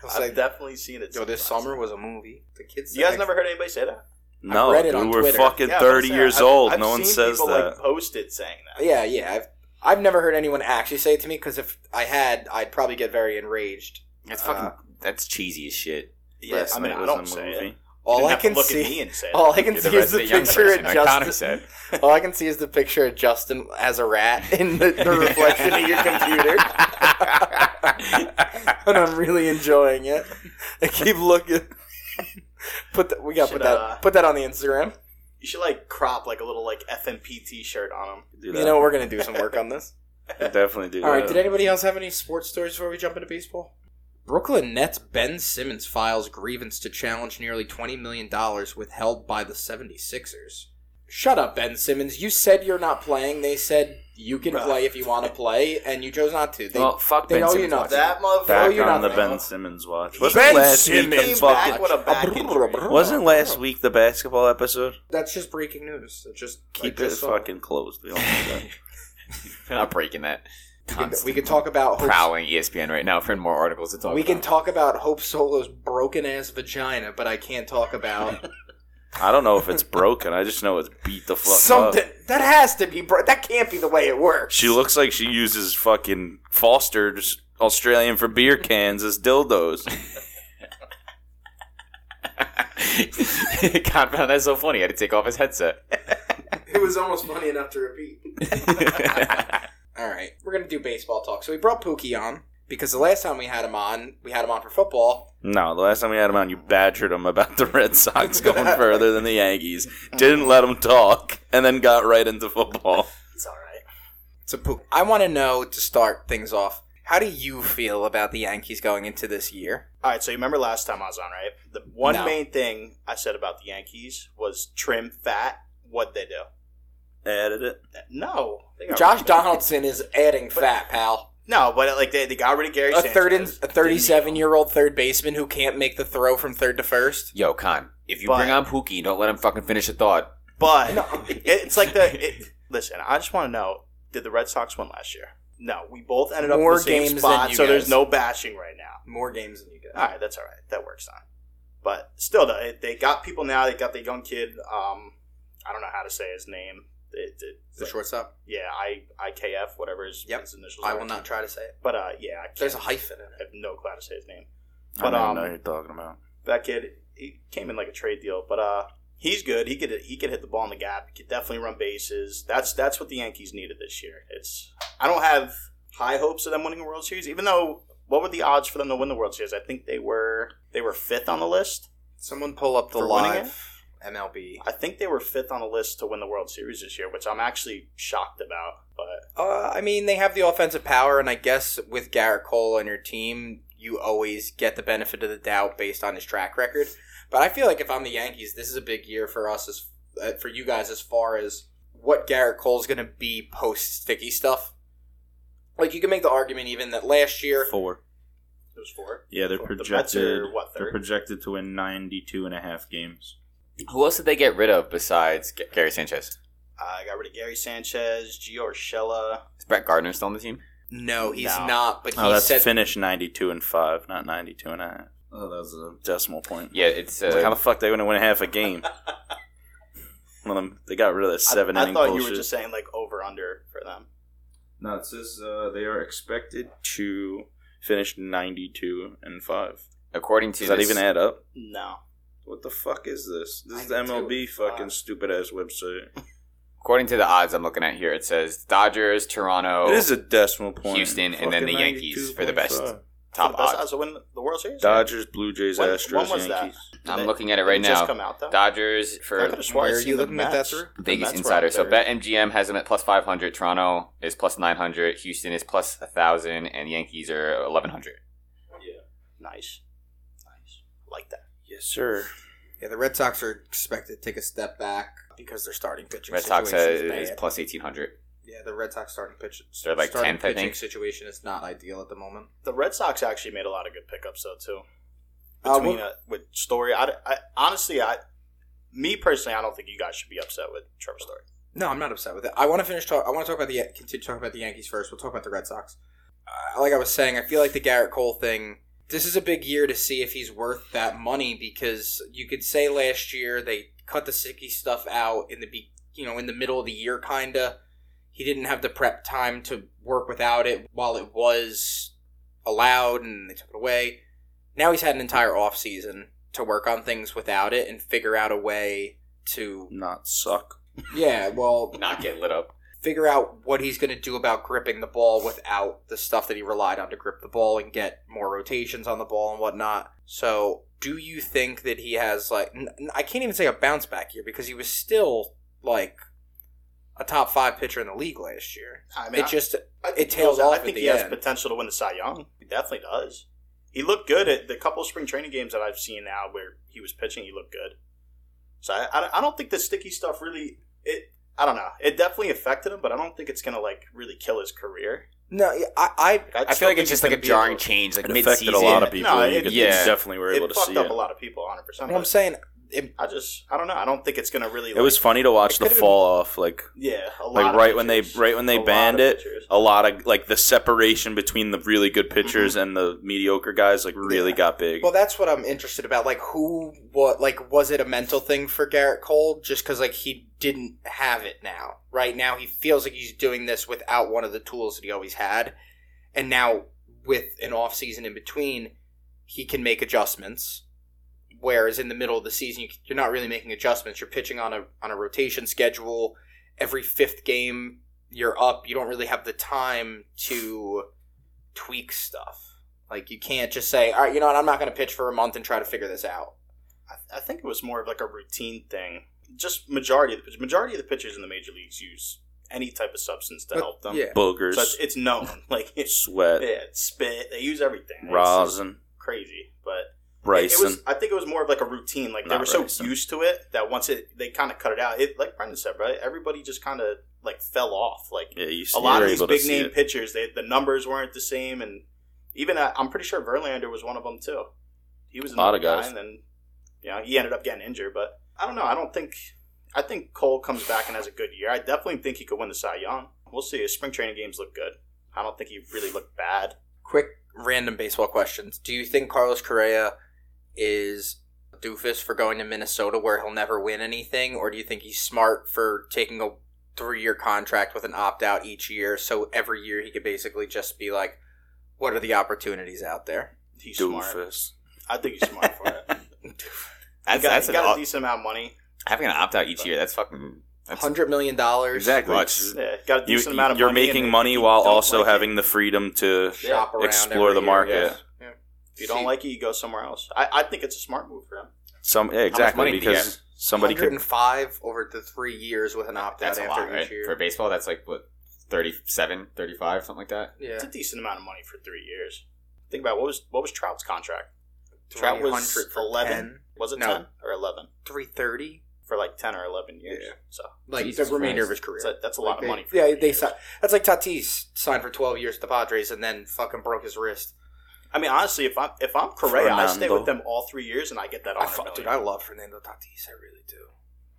A: was
C: I've
A: like,
C: definitely seen it.
A: yo, this
C: sometimes.
A: summer was a movie. The kids.
C: You guys never heard anybody say that?
B: No,
A: read it
B: dude,
A: on
B: we're
A: Twitter.
B: fucking
C: Yeah, I was
B: thirty
C: gonna say,
B: years
C: I've-
B: old.
C: I've
B: no one
C: seen
B: says
C: people,
B: that.
C: Like, post it saying that.
A: Yeah, yeah. I've I've never heard anyone actually say it to me because if I had, I'd probably get very enraged.
E: That's fucking that's cheesy as shit.
C: Yeah,
B: last
C: I mean,
B: night
C: I
B: was
C: don't
B: a
C: say
B: movie.
C: it.
A: All
C: Didn't
A: I
C: have to
A: can
C: look at me
A: see,
C: and say
A: all I can
E: You're
A: see is the
E: resident young
A: picture of
E: person, like Connor
A: Justin.
E: said.
A: All I can see is the picture of Justin as a rat in the, the reflection of your computer. and I'm really enjoying it. I keep looking. Put that we got to put
C: Should,
A: that
C: uh,
A: put that on the Instagram.
C: You should like crop like a little like FMP T-shirt on them.
B: Do that.
A: You know we're gonna do some work on this.
B: Could definitely do
A: All right.
B: that.
A: Did anybody else have any sports stories before we jump into baseball? Brooklyn Nets Ben Simmons files grievance to challenge nearly $20 million withheld by the 76ers. Shut up, Ben Simmons. You said you're not playing. They said you can
C: Bruh.
A: play if you want to play, and you chose not to. They,
E: well, fuck
A: they
E: Ben
A: owe you
E: Simmons
A: nothing.
E: watching.
C: That
B: Back
A: Oh,
C: motherfucker.
A: you're
B: on
A: not
B: the
A: wrong.
B: Ben Simmons watch.
C: He
B: Wasn't
A: Ben
B: last week
A: Simmons
B: the
C: came back
B: fucking
C: with a back injury.
B: Wasn't last week the basketball episode?
A: That's just breaking news. It just I
B: Keep it
A: just saw
B: fucking closed. We don't need that.
E: Not breaking that.
A: We can, we
E: Constantly
A: can talk about Hope,
E: prowling E ESPN right now for more articles to talk
A: we can
E: about.
A: talk about Hope Solo's broken ass vagina, but I can't talk about
B: I don't know if it's broken. I just know it's beat the fuck
A: something
B: up.
A: that has to be bro- that can't be the way it works.
B: She looks like she uses fucking Foster's Australian for beer cans as dildos.
E: God found that so funny. I had to take off his headset.
A: it was almost funny enough to repeat. All right, we're gonna do baseball talk. So we brought Pookie on because the last time we had him on, we had him on for football.
B: No, the last time we had him on, you badgered him about the Red Sox going further than the Yankees. Didn't let him talk, and then got right into football.
C: It's all right.
A: So Pookie, I want to know to start things off. How do you feel about the Yankees going into this year?
C: All right, so you remember last time I was on, right? The one
A: No.
C: main thing I said about the Yankees was trim fat. What'd they do?
B: Added it.
C: No. They got
A: Josh Donaldson is adding fat, pal.
C: No, but like they, they got rid of Gary
A: A
C: Sanchez.
A: third and a
C: Didn't need him.
A: thirty-seven-year-old third baseman who can't make the throw from third to first.
E: Yo, Con, if you
C: But-
E: bring on Pookie, don't let him fucking finish a thought.
C: But
A: No.
C: it's like the. It, listen, I just want to know did the Red Sox win last year? No, we both ended up in
A: More
C: the same
A: games than
C: spot,
A: you
C: so
A: guys.
C: there's no bashing right now.
A: More games than you guys.
C: All right, that's all right. That works on. But still, though, it- they got people now. They got the young kid. Um, I don't know how to say his name. It, it,
A: The shortstop.
C: Yeah, I IKF, whatever his,
A: Yep.
C: his initials
A: I
C: are.
A: will not try to say it.
C: But uh, yeah, I, can't,
A: There's a hyphen in
C: I
A: it.
C: have no clue how to say his name.
B: I
C: But,
B: don't
C: um,
B: know what you're talking about.
C: That kid, he came in like a trade deal, but uh, he's good. He could he could hit the ball in the gap. He could definitely run bases. That's that's what the Yankees needed this year. It's I don't have high hopes of them winning a World Series, even though what were the odds for them to win the World Series? I think they were they were fifth on the list.
A: Someone pull up the
C: For winning
A: live MLB.
C: I think they were fifth on the list to win the World Series this year, which I'm actually shocked about. But
A: Uh, I mean, they have the offensive power, and I guess with Garrett Cole on your team, you always get the benefit of the doubt based on his track record. But I feel like if I'm the Yankees, this is a big year for us, as uh, for you guys, as far as what Garrett Cole's going to be post sticky stuff. Like you can make the argument even that last year,
B: Four.
C: it was four.
B: Yeah, they're
C: The Mets
B: projected.
C: are what
B: they're
C: third?
B: projected to win 92 and a half games.
E: Who else did they get rid of besides G- Gary Sanchez?
C: Uh, I got rid of Gary Sanchez, Gio Urshela.
E: Is Brett Gardner still on the team?
A: no, he's
C: No.
A: not. But he
B: Oh, that's
A: said
B: finished 92 and five, not 92 and a half. Oh, that was a decimal point.
E: Yeah, it's
B: Like, how
E: uh,
B: the fuck they going to win half a game? Well, them- they got rid of that
C: I-
B: seven
C: I,
B: inning
C: thought
B: bullshit.
C: you were just saying like over under for them.
B: No, it says uh, they are expected to finish 92 and 5.
E: according to
B: Does that
E: this-
B: even add up?
C: No,
B: What the fuck is this? This is the
A: 92
B: MLB
A: and
B: fucking
A: five.
B: stupid ass website.
E: according to the odds I'm looking at here, it says Dodgers, Toronto,
B: It is a decimal point.
E: Houston and then the
B: Fucking
E: Yankees for the best.
B: 92.5.
E: top
C: for the best
E: odds.
C: odds to win the World Series.
B: Dodgers, Blue Jays,
C: When-
B: Astros,
C: when was that?
B: Yankees.
C: Did
E: I'm
C: they-
E: looking at it
C: did
E: right
C: it just
E: now.
C: come out though.
E: Dodgers
C: I could
E: for
C: have sworn I
A: Where are
C: seen
A: you
C: the
A: looking at that
C: Mets.
A: through?
C: The
E: Vegas
C: Mets were up
E: Insider. So
C: there.
E: BetMGM has them at plus 500. Toronto is plus 900. Houston is plus 1,000. And Yankees are 1,100.
C: Nice, nice. I Like that.
B: Yes, sir.
A: yeah, the Red Sox are expected to take a step back because they're starting pitching.
E: Red Sox
A: situation
E: is,
A: bad.
E: plus 1,800.
A: yeah, the Red Sox starting pitch.
E: They're like
A: starting
E: 10th, I
A: pitching
E: think.
A: situation is not ideal at the moment.
C: The Red Sox actually made a lot of good pickups though too.
A: Uh,
C: Between
A: what-
C: uh, with Story, I, I- honestly, I, me personally, I don't think you guys should be upset with Trevor Story.
A: No, I'm not upset with it. I want to finish talk. I want to talk about the Yan- continue talking about the Yankees first. We'll talk about the Red Sox. Uh, like I was saying, I feel like the Garrett Cole thing. This is a big year to see if he's worth that money because you could say last year they cut the sicky stuff out in the be- you know in the middle of the year kinda. He didn't have the prep time to work without it while it was allowed and they took it away. Now he's had an entire off season to work on things without it and figure out a way to
B: Not suck.
A: yeah, well,
E: Not get lit up.
A: figure out what he's going to do about gripping the ball without the stuff that he relied on to grip the ball and get more rotations on the ball and whatnot. So, do you think that he has like n- n- I can't even say a bounce back year because he was still like a top five pitcher in the league last year.
C: I mean,
A: it just
C: I,
A: it tails off
C: I think
A: at
C: he
A: the
C: has
A: end.
C: potential to win the Cy Young. He definitely does. He looked good at the couple of spring training games that I've seen now where he was pitching. He looked good. So I, I, I don't think the sticky stuff really. It I don't know. It definitely affected him, but I don't think it's gonna like really kill his career.
A: no, I, I
E: I feel like it's just like a jarring
C: change.
E: change, like
B: It
E: mid
B: affected a lot of people.
C: No,
B: you
C: it-
B: could-
E: yeah.
B: definitely were able
C: It
B: to
C: fucked
B: see
C: up
B: it.
C: a lot of people, hundred percent.
A: Well, I'm saying It,
C: I just I don't know. I don't think it's gonna really.
B: It was funny to watch
A: It
B: the
A: could've been-
B: fall off. Like
C: yeah, a lot
B: like
C: of
B: right when they
C: pictures.
B: right when they
C: A lot
B: banned
C: of
B: it,
C: pictures.
B: a lot of like the separation between the really
C: Mm-hmm.
B: good pitchers and the mediocre guys like really
A: Yeah.
B: got big.
A: well, that's what I'm interested about. Like, who, what, like, was it a mental thing for Garrett Cole? Just because, like, he didn't have it now. Right now, he feels like he's doing this without one of the tools that he always had. And now, with an off season in between, he can make adjustments. Whereas in the middle of the season, you- you're not really making adjustments. You're pitching on a on a rotation schedule. Every fifth game, you're up. You don't really have the time to tweak stuff. Like you can't just say, "All right, you know what? I'm not going to pitch for a month and try to figure this out."
C: I, I think it was more of like a routine thing. Just majority of the pitch- majority of the pitchers in the major leagues use any type of substance to
A: But-
C: help them.
A: yeah.
B: Boogers,
C: so it's, it's known. Like it's
B: sweat,
C: yeah, it's spit. They use everything. It's- It's,
B: rosin,
C: crazy, but it, it
B: Bryson.
C: was. I think it was more of like a routine. Like they
B: Not
C: were so
B: Bryson.
C: used to it that once it they kind of cut it out. It like Brendan said, right? Everybody just kind of like fell off. Like
B: yeah, you,
C: a lot
B: you were
C: of these
B: able to
C: big
B: see
C: name
B: it.
C: pitchers, they the numbers weren't the same, and even uh, I'm pretty sure Verlander was one of them too. He was
B: A lot of
C: another guy,
B: guys.
C: and then you know he ended up getting injured. But I don't know. I don't think I think Cole comes back and has a good year. I definitely think he could win the Cy Young. We'll see. His spring training games look good. I don't think he really looked bad.
A: Quick random baseball questions. Do you think Carlos Correa is a doofus for going to Minnesota where he'll never win anything or do you think he's smart for taking a 3-year contract with an opt-out each year so every year he could basically just be like, "What are the opportunities out there?"
C: He's smart.
B: Doofus.
C: I think he's smart for it.
E: That's,
C: he got,
E: that's
C: he
E: an
C: got
E: op-
C: a decent amount of money.
E: having an opt out each year. That's fucking. That's
A: 100 million dollars.
B: Exactly.
E: Much.
C: Yeah, got a
B: You,
C: decent amount of
B: you're
C: money. and
B: making
C: if
B: money
C: you
B: while
C: don't
B: also
C: like it-
B: having the freedom to.
A: Shop around
B: Explore
A: every
B: the
A: year,
B: market.
A: yes. Yeah.
C: If you don't like it, you go somewhere else. I, I think it's a smart move for him.
B: Some yeah, exactly
E: money did he
B: because somebody could
A: 105 over the 3 years with an opt-out
E: That's a
A: after
E: lot,
A: each
E: right?
A: year.
E: For baseball, that's like what 37, 35, something like that.
A: yeah.
C: It's a decent amount of money for three years. Think about what was what was Trout's contract? Trout was
A: 300 for
C: 11.
A: 10.
C: Was it
A: No.
C: ten or eleven
A: 330
C: for like ten or eleven years?
A: Yeah.
C: So
A: like
E: Jesus
A: the remainder
E: Christ.
A: of his career.
C: it's a, that's a lot
A: Like,
C: of money. For
A: They, yeah,
C: three
A: they
C: years.
A: signed. That's like Tatis signed for 12 years at the Padres and then fucking broke his wrist.
C: I mean, honestly, if I'm if I'm Correa, I stay
B: Fernando.
C: with them all three years and I get that
A: I
C: honor.
A: fu- dude,
C: million.
A: I love Fernando Tatis. I really do.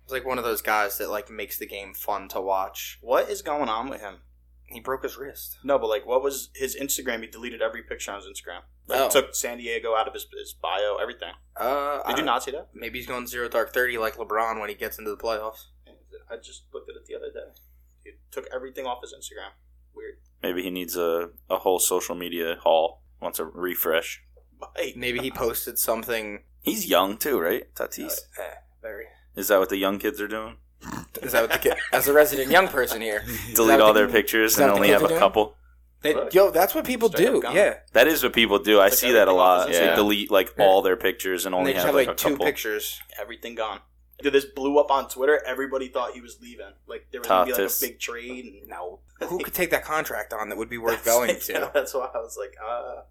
A: He's like one of those guys that like makes the game fun to watch.
C: what is going on with him?
A: He broke his wrist.
C: No, but like, what was his Instagram? He deleted every picture on his Instagram. Like,
A: Oh.
C: Took San Diego out of his, his bio, everything.
A: Uh, I
C: Did you
A: don't-
C: not see that?
A: Maybe he's going zero dark thirty like LeBron when he gets into the playoffs.
C: I just looked at it the other day. He took everything off his Instagram. Weird.
B: maybe he needs a, a whole social media haul wants a refresh.
C: Mike.
A: Maybe he posted something.
B: He's young too, right? Tatis.
A: Eh, very.
B: Is that what the young kids are doing?
A: Is that what the kid, as a resident young person here?
B: Delete
A: what
B: all
A: the-
B: their pictures
A: is that
B: and
A: what the
B: only
A: kids
B: have
A: are
B: a
A: doing?
B: couple.
A: They-
C: Right.
A: yo, that's what people
C: Just straight
A: do.
C: up gone.
A: Yeah,
B: That is what people do. I
C: It's like
B: see that a
C: everything off
B: lot.
C: his
B: They
E: Instagram.
B: delete like all their pictures and
A: and
B: only
A: they just have
B: have, like,
A: like
B: a
A: two
B: couple.
A: picters.
C: everything gone. Dude, this blew up on Twitter. Everybody thought he was leaving. Like there was gonna be like a
B: Tatis.
C: big trade. And
A: No, who could take that contract on that would be worth
C: That's
A: going
C: like-
A: to?
C: that's why I was like, uh,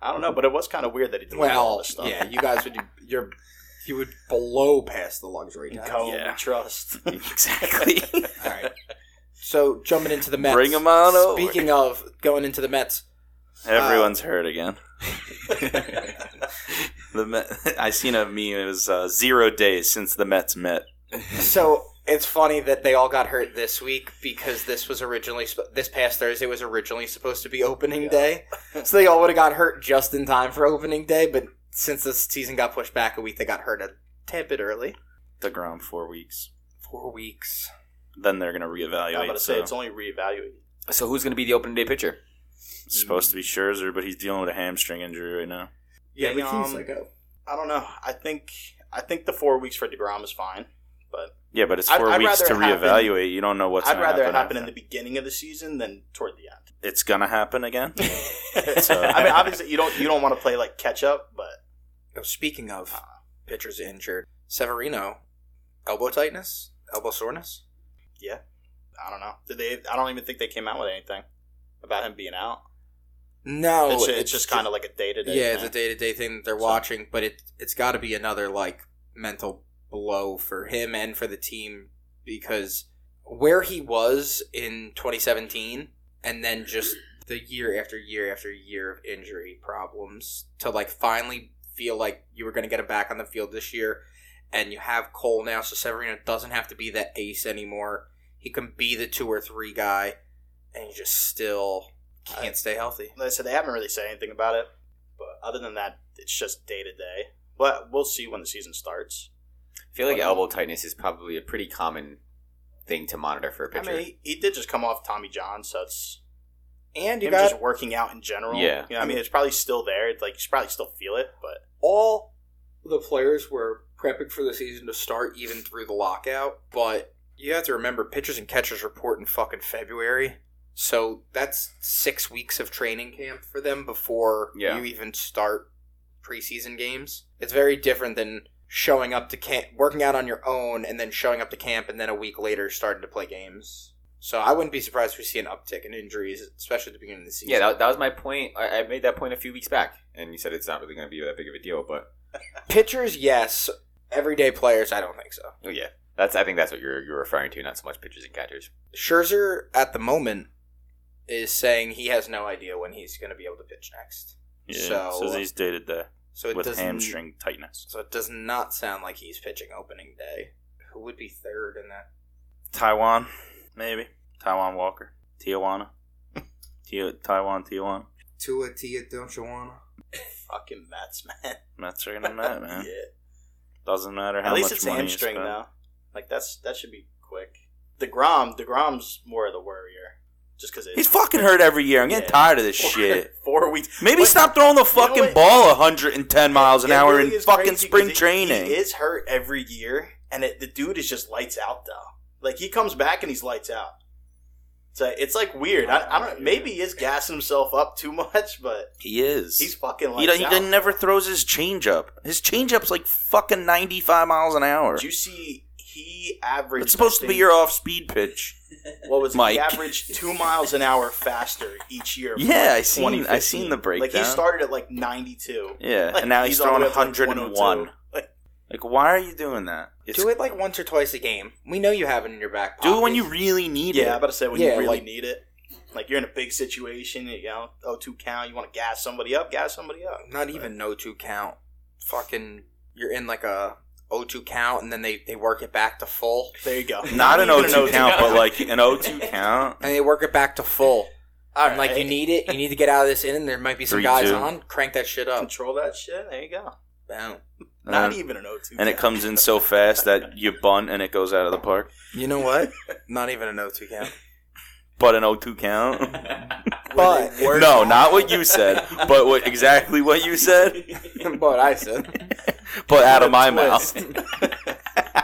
C: I don't know, but it was kind of weird that he did all
A: Well,
C: this stuff.
A: yeah, you guys would you're you would blow past the luxury
C: And
A: tax.
C: Cole,
B: Yeah.
C: we trust.
B: exactly.
A: All right. So jumping into the Mets.
B: Bring 'em on over.
A: Speaking of going into the Mets,
B: Everyone's
A: Uh,
B: hurt again. The Met, I seen a meme. It was uh, zero days since the Mets met.
A: so it's funny that they all got hurt this week because this was originally sp- this past Thursday was originally supposed to be opening
C: Yeah.
A: day, so they all would have got hurt just in time for opening day. But since the season got pushed back a week, they got hurt a tad bit early.
B: The ground four weeks.
A: Four weeks.
B: Then they're gonna
C: I'm
B: reevaluate.
C: gonna
B: so
C: say it's
B: it's
C: only reevaluated.
E: So who's going to be the opening day pitcher?
B: supposed to be Scherzer, but he's dealing with a hamstring injury right now.
A: Yeah,
C: Yeah, um,
A: go.
C: I don't know. I think I think the four weeks for Degrom is fine.
B: Yeah, but it's
C: I'd-
B: 4
C: I'd
B: weeks to
C: rather it happen-
B: reevaluate. You don't know what's.
C: I'd
B: gonna
C: rather
B: happen
C: it happen in
B: after.
C: the beginning of the season than toward the end.
B: It's gonna happen again. So-
C: I mean, obviously you don't you don't want to play like catch up, but
A: Oh, speaking of
C: Ah.
A: pitchers injured, Severino, elbow tightness, elbow soreness.
C: I don't know. Did they? I don't even think they came out with anything about him being out.
A: No,
C: it's, it's just kind of like a day to day.
A: Oh, yeah, it's
C: thing.
A: a day to day thing that they're
C: So-
A: watching, but it it's got to be another like mental blow for him and for the team because where he was in 2017 and then just the year after year after year of injury problems to like finally feel like you were going to get him back on the field this year and you have Cole now, so Severino doesn't have to be that ace anymore. He can be the two or three guy, and you just still can't stay healthy.
C: Like I said, they haven't really said anything about it. But other than that, it's just day to day. But we'll see when the season starts.
E: I feel like elbow tightness is probably a pretty common thing to monitor for a pitcher.
C: I mean, he, he did just come off Tommy John, so it's
A: And you
C: him
A: got
C: just working out in general.
E: Yeah.
C: You know, I mean, it's probably still there. It's like you should probably still feel it, but
A: all the players were prepping for the season to start even through the lockout, but you have to remember pitchers and catchers report in fucking February. So that's six weeks of training camp for them before
E: Yeah.
A: you even start preseason games. It's very different than showing up to camp, working out on your own, and then showing up to camp, and then a week later starting to play games. So I wouldn't be surprised if we see an uptick in injuries, especially at the beginning of the season.
E: yeah, that, that was my point. I, I made that point a few weeks back, and you said it's not really going to be that big of a deal. But
A: pitchers, yes. Everyday players, I don't think so.
E: oh, yeah, that's I think that's what you're you're referring to, not so much pitchers and catchers.
A: Scherzer at the moment is saying he has no idea when he's going to be able to pitch next.
B: Yeah,
A: So-
B: says he's day to day
A: So it
B: with
A: doesn't,
B: hamstring tightness.
A: So it does not sound like he's pitching opening day. Who would be third in that?
B: Taiwan, maybe Taiwan Walker, Tijuana, Ti- Taiwan Tijuana.
A: Tua Tia, don't you wanna?
C: fucking Mets, man.
B: That's right on that man.
C: yeah.
B: Doesn't matter how
C: At least
B: much
C: it's a
B: money
C: hamstring
B: you spend.
C: now. Like that's that should be quick. Degrom, Degrom's more of the worrier, just because
B: He's fucking hurt every year. I'm getting
C: Yeah.
B: tired of this shit.
C: Four weeks.
B: Maybe
C: But-
B: stop throwing the
C: know
B: fucking
C: what?
B: ball 110 miles an
C: It
B: hour
C: really
B: in
C: is
B: fucking
C: crazy
B: spring
C: 'cause he-
B: training.
C: He is hurt every year, and it, the dude is just lights out though. Like he comes back and he's lights out. So it's like weird. I, I don't. Maybe he is gassing himself up too much, but
B: He is.
C: he's fucking
B: he,
C: lights
B: don't- he
C: out.
B: don't- never throws his changeup. His changeup's like fucking 95 miles an hour.
C: Did you see? He averaged.
B: It's supposed to be your off speed pitch.
C: What was it?
B: Mike.
C: He averaged two miles an hour faster each year. from,
B: Yeah,
C: like,
B: I seen. I
C: 2015.
B: seen the breakdown.
C: Like he started at like ninety two.
B: yeah,
C: Like,
B: and now he's,
C: all the
B: throwing
C: way up to, like,
B: 101.
C: 102. Like,
B: Like, why are you doing that? It's-
A: Do it like once or twice a game. We know you have it in your back pocket.
B: do it when you really need
C: yeah, I'm
B: it.
C: about to say when
A: Yeah,
C: you really
A: like-
C: need it. Like you're in a big situation, you know, oh two count, you want to gas somebody up, gas somebody up.
A: Not even no two count. Fucking, you're in like a 0-2 count, and then they they work it back to full,
C: There you go.
B: Not an
C: even
B: 0-2
C: O2
B: count, but like an 0-2 count.
A: and they work it back to full.
C: All
A: I'm like, you need it. You need to get out of this inning. There might be some
B: Three,
A: guys
B: two.
A: on. Crank that shit up.
C: control that shit. There you go.
A: Boom.
C: Not
B: Uh,
C: even an O two.
B: and it comes in so fast that you bunt and it goes out of the park.
A: You know what? Not even an 0-2 count.
B: But an 0-2 count.
A: But
B: no, not what you said, but what exactly what you said,
A: but I said
B: but out of my
C: twist.
B: mouth.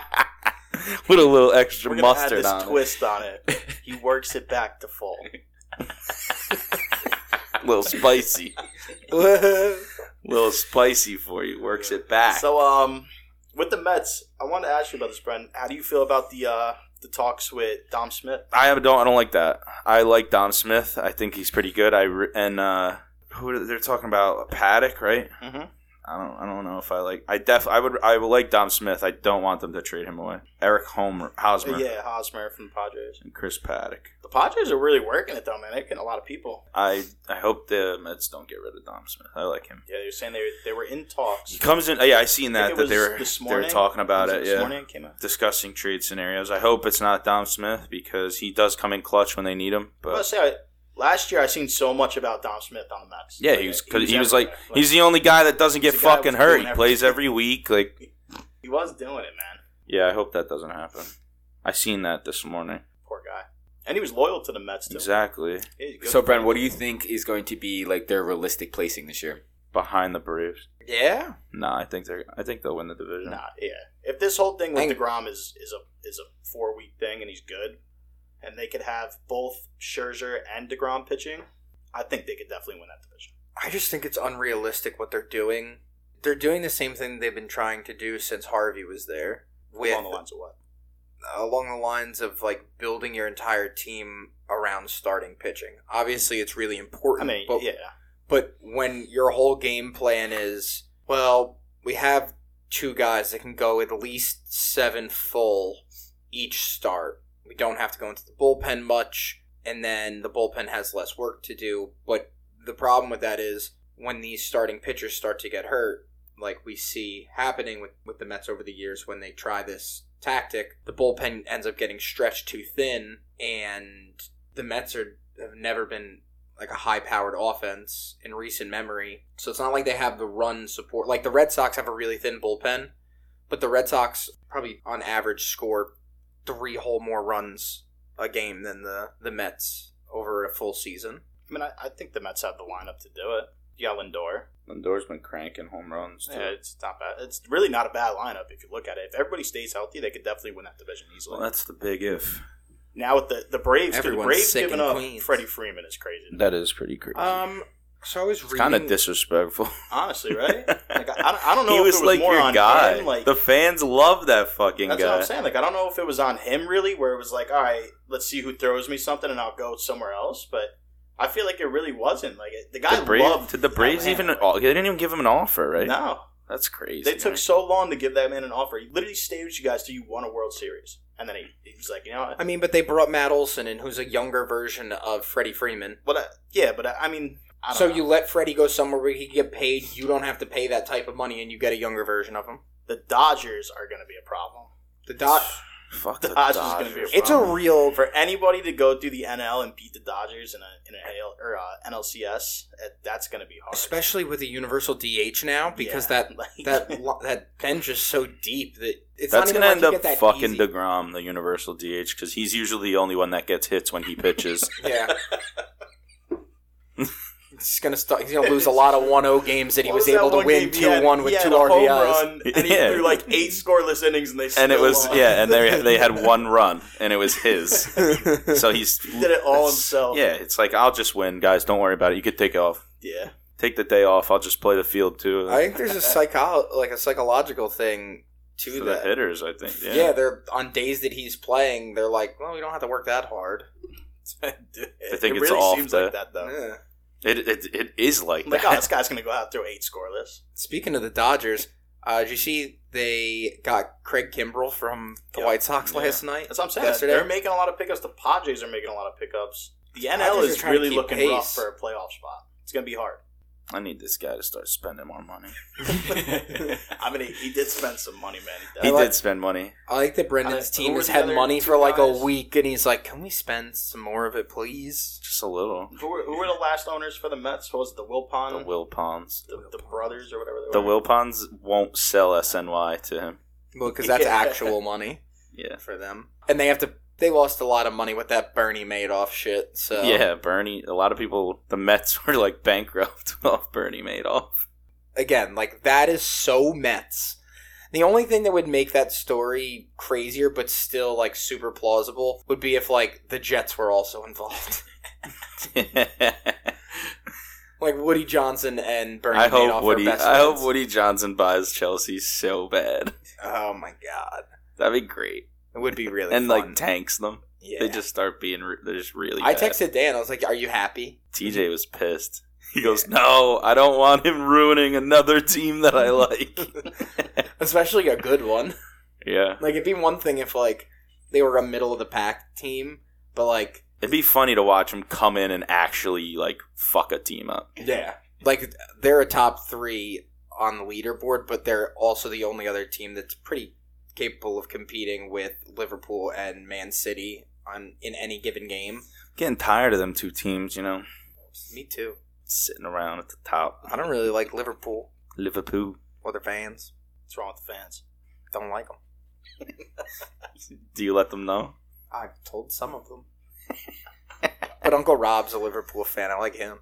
B: With a little extra
C: We're gonna add
B: mustard
C: this
B: on
C: twist on it. He works it back to full.
B: it. A little spicy. little spicy for you. Works it back.
C: So, um, with the Mets, I want to ask you about this, Brendan. How do you feel about the uh, the talks with Dom Smith?
B: I don't. I don't like that. I like Dom Smith. I think he's pretty good. I re- and uh, who are- they're talking about Paddock, right?
C: Mhm.
B: I don't. I don't know if I like. I def. I would. I would like Dom Smith. I don't want them to trade him away. Eric Homer, Hosmer,
C: Yeah, Hosmer from the Padres.
B: and Chris Paddock.
C: The Padres are really working it though, man. They're getting a lot of people.
B: I. I hope the Mets don't get rid of Dom Smith. I like him.
C: Yeah, they were saying they they were in talks.
B: He comes in. oh, Yeah, I seen
C: I
B: that
C: think it
B: that they
C: was
B: were
C: this
B: they were
C: morning.
B: talking about
C: Was
B: it.
C: this
B: Yeah,
C: morning it came out.
B: discussing trade scenarios. I hope it's not Dom Smith because he does come in clutch when they need him.
C: I was
B: But
C: gonna say, I- last year I seen so much about Dom Smith on the Mets.
B: yeah,
C: Like,
B: he was cause he was like
C: everywhere.
B: he's the only guy that doesn't get
C: He's the guy
B: fucking
C: who's
B: hurt.
C: doing
B: He plays every week. Like
C: he was doing it, man.
B: yeah, I hope that doesn't happen. I seen that this morning.
C: Poor guy. And he was loyal to the Mets too.
B: Exactly
C: He's a good
E: So,
C: player.
E: Bren, what do you think is going to be like their realistic placing this year?
B: behind the Braves.
A: yeah.
B: Nah, I think they're. I think they'll win the division.
C: Nah, yeah. If this whole thing with
A: Dang.
C: Degrom is is a is a four week thing and he's good, and they could have both Scherzer and Degrom pitching, I think they could definitely win that division.
A: I just think it's unrealistic what they're doing. They're doing the same thing they've been trying to do since Harvey was there, with
C: Along the lines of what?
A: along the lines of like building your entire team around starting pitching. Obviously, it's really
C: I
A: important.
C: mean,
A: but
C: yeah,
A: But when your whole game plan is, well, we have two guys that can go at least seven full each start. We don't have to go into the bullpen much, and then the bullpen has less work to do. But the problem with that is when these starting pitchers start to get hurt, like we see happening with, with the Mets over the years when they try this tactic, the bullpen ends up getting stretched too thin, and the Mets are have never been like a high powered offense in recent memory. So it's not like they have the run support. Like the Red Sox have a really thin bullpen, but the Red Sox probably on average score three whole more runs a game than the, the Mets over a full season.
C: I mean, I, I think the Mets have the lineup to do it. You got Lindor.
B: Lindor's been cranking home runs. Too.
C: Yeah, it's not bad. It's really not a bad lineup if you look at it. If everybody stays healthy, they could definitely win that division easily.
B: Well, that's the big if.
C: now with the the Braves, 'cause the
A: Everyone's
C: Braves
A: sick in
C: giving up
A: Queens.
C: Freddie Freeman is crazy.
B: That is pretty crazy.
A: Um, so I was reading.
B: kind of disrespectful.
C: Honestly, right? Like I, I don't- I don't know.
B: he
C: if
B: was,
C: it was
B: like
C: more
B: your
C: on
B: guy.
C: Him, like
B: the fans love that fucking
C: that's
B: guy.
C: what I'm saying. Like I don't know if it was on him really, where it was like, all right, let's see who throws me something, and I'll go somewhere else. But I feel like it really wasn't. Like it, the guy
B: The Braves,
C: loved.
B: did the
C: that
B: Braves
C: man.
B: even? oh, They didn't even give him an offer, right?
C: No,
B: That's crazy.
C: they took
B: man.
C: so long to give that man an offer. He literally stayed with you guys till you won a World Series, and then he, he was like, you know, what?
A: I mean, but they brought Matt Olson in, who's a younger version of Freddie Freeman.
C: but I, yeah, but I, I mean, I don't
A: So
C: know.
A: you let Freddie go somewhere where he can get paid. You don't have to pay that type of money, and you get a younger version of him.
C: the Dodgers are going to be a problem.
A: The dot.
B: Fuck the
C: Dodgers
B: Dodgers.
C: is gonna be a
A: It's a real.
C: For anybody to go through the NL and beat the Dodgers in a in a AL, or a NLCS, uh, that's going to be hard.
A: Especially with the universal DH now, because
C: Yeah,
A: that
C: like,
A: that lo- that bench is so deep that it's
B: That's
A: not even
B: gonna
A: like
B: end
A: you
B: up
A: get that
B: fucking
A: easy.
B: Degrom, the universal DH, because he's usually the only one that gets hits when he pitches.
A: yeah. He's gonna start. He's gonna lose a lot of 1-0 games that he
C: What
A: was
C: that
A: able to
C: one
A: win
C: game he had-
A: 2-1
C: he
A: with
C: had
A: two
C: a home
A: RBIs.
C: run, and he
B: Yeah.
C: threw like eight scoreless innings, and they still
B: and it was
C: lost.
B: yeah, and they they had one run, and it was his. So he's
C: he did it all himself.
B: Yeah, it's like I'll just win, guys. Don't worry about it. You could take off,
C: yeah.
B: take the day off. I'll just play the field too.
A: I think there's a psycho like a psychological thing to
B: for the
A: that.
B: hitters, I think.
A: yeah.
B: Yeah.
A: they're on days that he's playing, they're like, well, we don't have to work that hard.
C: Dude,
B: I think
C: it
B: it's
C: really
B: off
C: seems
B: the-
C: like that though.
A: Yeah.
B: It, it it is like
C: I'm like, oh,
B: that.
C: this guy's going to go out through eight scoreless.
A: Speaking of the Dodgers, uh, did you see they got Craig Kimbrell from the
C: Yeah.
A: White Sox
B: Yeah.
A: last night?
C: That's what I'm saying.
A: Yesterday.
C: They're making a lot of pickups. The Padres are making a lot of pickups. The NL
A: Padres are
C: is
A: trying to
C: really
A: keep
C: looking
A: pace.
C: rough for a playoff spot. It's going to be hard.
B: I need this guy to start spending more money.
C: I mean, he, he did spend some money, man. He
B: He
C: did.
A: like-
B: did spend money.
A: I like that Brendan's
C: Uh, who
A: team
C: were
A: has
C: the
A: had
C: other
A: money
C: two
A: for like a
C: guys?
A: week, and he's like, can we spend some more of it, please?
B: Just a little.
C: who, were, who were the last owners for the Mets? What was it, the
B: The
A: Um,
C: Wilpon, the,
B: Will Pons.
C: the, brothers, or whatever they
B: The
C: were?
B: Wilpons won't sell SNY to him.
A: Well, because that's
C: Yeah.
A: actual money
B: Yeah.
A: for them, and they have to. They lost a lot of money with that Bernie Madoff shit. So
B: Yeah, Bernie. A lot of people, the Mets were like bankrupt off Bernie Madoff.
A: again, like that is so Mets. The only thing that would make that story crazier but still like super plausible would be if like the Jets were also involved. like Woody Johnson and Bernie
B: I
A: Madoff are
B: hope Woody.
A: best
B: I hope
A: friends.
B: Woody Johnson buys Chelsea so bad.
A: Oh my god.
B: That'd be great.
A: It would be really fun.
B: and like tanks them.
A: yeah.
B: They just start being. Re- they're just really.
A: I
B: bad.
A: texted Dan, I was like, Are you happy?
B: TJ was pissed. He goes, "No, I don't want him ruining another team that I like."
A: Especially a good one.
B: yeah,
A: Like it'd be one thing if like they were a middle of the pack team, but like
B: it'd be funny to watch him come in and actually like fuck a team up.
A: Yeah. Like they're a top three on the leaderboard, but they're also the only other team that's pretty capable of competing with Liverpool and Man City on in any given game.
B: Getting tired of them two teams, you know,
A: Me too.
B: sitting around at the top.
A: I don't really like Liverpool
B: Liverpool.
A: or their fans.
C: What's wrong with the fans?
A: Don't like them.
B: Do you let them know?
A: I've told some of them. but Uncle Rob's a Liverpool fan. I like him.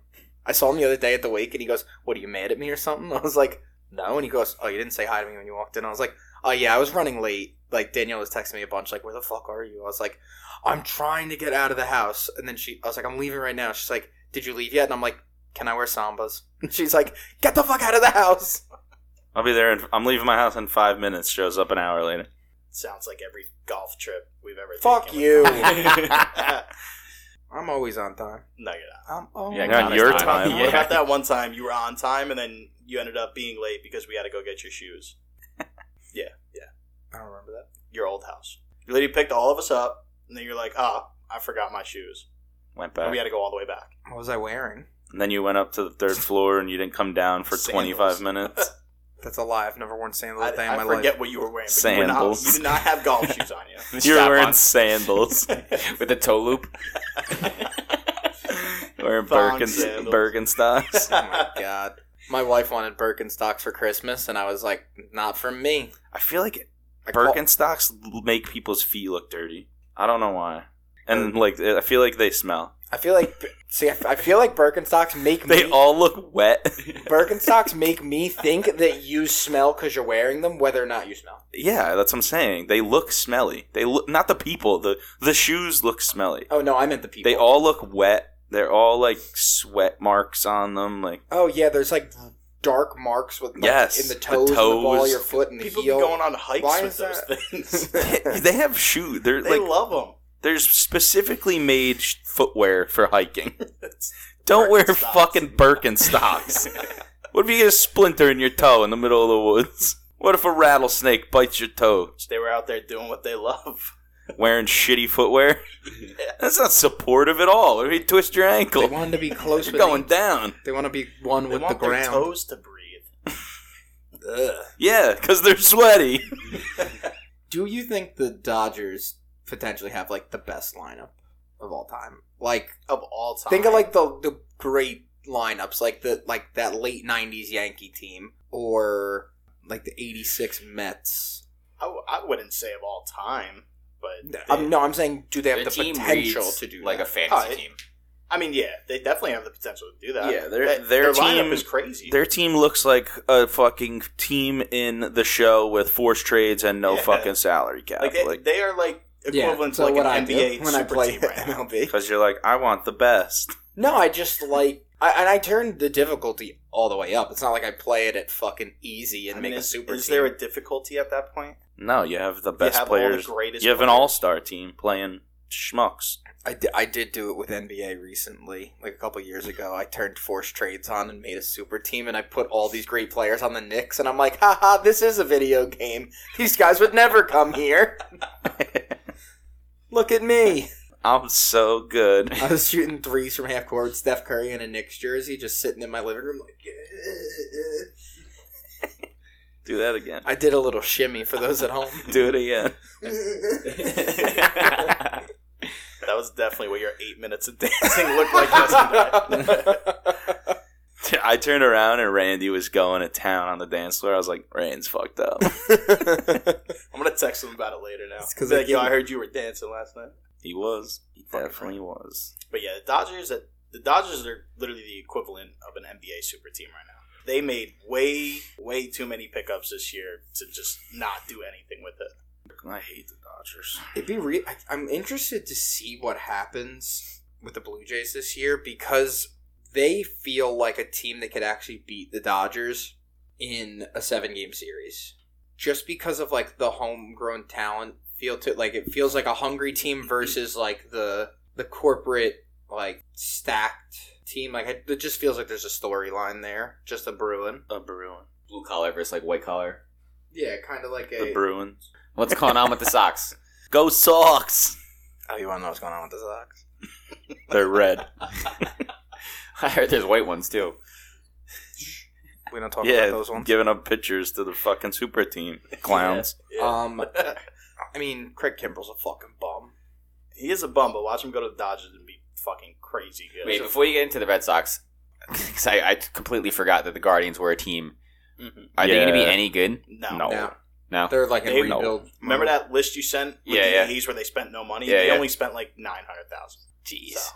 A: I saw him the other day at the wake and he goes, What are you mad at me or something? I was like, No. And he goes, Oh, you didn't say hi to me when you walked in. I was like, Oh, yeah, I was running late. Like, Danielle was texting me a bunch, like, Where the fuck are you? I was like, I'm trying to get out of the house. And then she, I was like, I'm leaving right now. She's like, Did you leave yet? And I'm like, Can I wear sambas? And she's like, Get the fuck out of the house.
B: I'll be there. In, I'm leaving my house in five minutes. Shows up an hour later.
C: Sounds like every golf trip we've ever
A: Fuck
C: taken.
A: you.
C: no,
A: I'm always on time.
C: you're not.
A: I'm always
E: Yeah,
B: You're on
E: Connor
B: your
E: Stein.
B: time.
C: What about that one time you were on time and then you ended up being late because we had to go get your shoes? Yeah, yeah.
A: I don't remember that.
C: Your old house. Your lady picked all of us up, and then you're like, oh, I forgot my shoes.
B: Went
C: And we
B: back.
C: had to go all the way back.
A: What was I wearing?
B: And then you went up to the third floor and you didn't come down for
C: Sandals.
B: 25 minutes.
A: That's alive. I've never worn sandals
C: I,
A: a day in
C: I
A: my
C: forget
A: life.
C: what you were wearing. But you, were not,
B: Sandals.
C: you did not have golf shoes on you.
B: You're
E: Strap
B: wearing
E: on.
B: sandals.
E: with a toe loop.
B: wearing
C: Thong
B: Birken,
C: sandals.
B: Birkenstocks.
A: oh my god. My wife wanted Birkenstocks for Christmas, and I was like, "Not for me."
B: I feel like
A: I call-
B: Birkenstocks l- make people's feet look dirty. I don't know why. And like, I feel like they smell.
A: I feel like see, I f- I feel like Birkenstocks make
B: They
A: me
B: all look wet.
A: Birkenstocks make me think that you smell because you're wearing them, whether or not you smell.
B: yeah, that's what I'm saying. They look smelly. They look not the people. the The shoes look smelly.
A: Oh no, I meant the people.
B: They all look wet. They're all like sweat marks on them. Like
A: Oh yeah, there's like dark marks with like,
B: Yes,
A: in the
B: the
A: toes, and the ball of
B: toes.
A: your foot, and the
C: People be
A: heel.
C: going on hikes
A: Why
C: with
A: is
C: those
A: that?
C: things.
B: they have shoes. They're
C: they
B: like
C: love them.
B: there's specifically made sh- footwear for hiking. Don't wear
C: Birkenstocks.
B: fucking Birkenstocks. what if you get a splinter in your toe in the middle of the woods? What if a rattlesnake bites your toe
C: They were out there doing what they love.
B: wearing shitty footwear? That's not supportive at all. Or you twist your
A: they
B: ankle,
A: wanted to be close.
B: you're
A: with
B: going
A: the-
B: down.
A: They want to be one
C: They
A: with the
C: want their
A: ground.
C: toes to breathe. Ugh.
B: Yeah, because they're sweaty.
A: Do you think the Dodgers potentially have like the best lineup of all time? Like
C: Of all time.
A: think of like the the great lineups, like the like that late '90s Yankee team or like the '86 Mets.
C: I, w- I wouldn't say of all time, but they-
A: Um, no, I'm saying do they have
E: Their
A: the
E: team
A: potential
E: reads
A: to do
E: like
A: that?
E: a fantasy
C: Oh, it-
E: team.
C: I mean, yeah, they definitely have the potential to do that.
B: Yeah, their-
C: That-
B: their
C: lineup
B: team-
C: is crazy.
B: Their team looks like a fucking team in the show with forced trades and no
C: Yeah.
B: fucking salary cap.
C: like they,
B: Like,
C: they are like equivalent
A: so
C: to like
A: what
C: an
A: I do
C: NBA
A: when I
C: super
A: play
C: team right now.
A: MLB.
B: because you're like, I want the best.
A: No, I just like I, and I turned the difficulty all the way up. It's not like I play it at fucking easy and
C: I
A: make
C: mean,
A: a
C: is,
A: super
C: is
A: team.
C: there a difficulty at that point?
B: No, you have the
C: You
B: best
C: have all the
B: players.
C: greatest
B: you have an
C: players.
B: all-star team playing schmucks.
A: I, di- I did do it with NBA recently, like a couple years ago. I turned forced trades on and made a super team, and I put all these great players on the Knicks, and I'm like, haha, this is a video game. These guys would never come here. Look at me.
B: I'm so good.
A: I was shooting threes from half court, with Steph Curry in a Knicks jersey, just sitting in my living room, like.
B: Do that again.
A: I did a little shimmy for those at home.
B: Do it again.
C: That was definitely what your eight minutes of dancing looked like yesterday.
B: I turned around and Randy was going to town on the dance floor. I was like, Rain's fucked up.
C: I'm gonna text him about it later now.
A: It's 'cause
C: Be
A: I
C: like, yo,
A: didn't-
C: I heard you were dancing last night.
B: he was. He definitely was.
C: But yeah, the Dodgers. The Dodgers are literally the equivalent of an NBA super team right now. They made way, way too many pickups this year to just not do anything with it.
B: I hate the Dodgers.
A: It'd be re- I, I'm interested to see what happens with the Blue Jays this year because they feel like a team that could actually beat the Dodgers in a seven game series just because of like the homegrown talent feel to like it feels like a hungry team versus like the the corporate like stacked team like it it just feels like there's a storyline there just a brewing
B: The Bruins.
E: Blue collar versus like white collar.
A: yeah kind of like
B: The Bruins.
E: What's going on with the Sox?
B: Go Sox!
A: oh you want to know what's going on with the Sox
B: They're red.
E: I heard there's white ones too.
A: we don't talk
B: yeah,
A: about those ones
B: giving up pictures to the fucking super team. Clowns.
C: Yeah.
A: Um, I mean, Craig Kimbrell's a fucking bum.
C: he is a bum, but watch him go to the Dodgers and be fucking crazy good.
E: Wait, before you get into the Red Sox, 'cause I, I completely forgot that the Guardians were a team.
C: Mhm.
E: Are they going to
B: Yeah.
E: be any good?
C: No.
B: No.
A: Now
E: No.
A: they're like in
C: They-
A: rebuild.
C: Remember
A: mode.
C: that list you sent with
E: Yeah,
C: the
E: yeah.
C: Yankees where they spent no money?
E: Yeah,
C: they
E: yeah.
C: only spent like 900000
E: Jeez.
C: So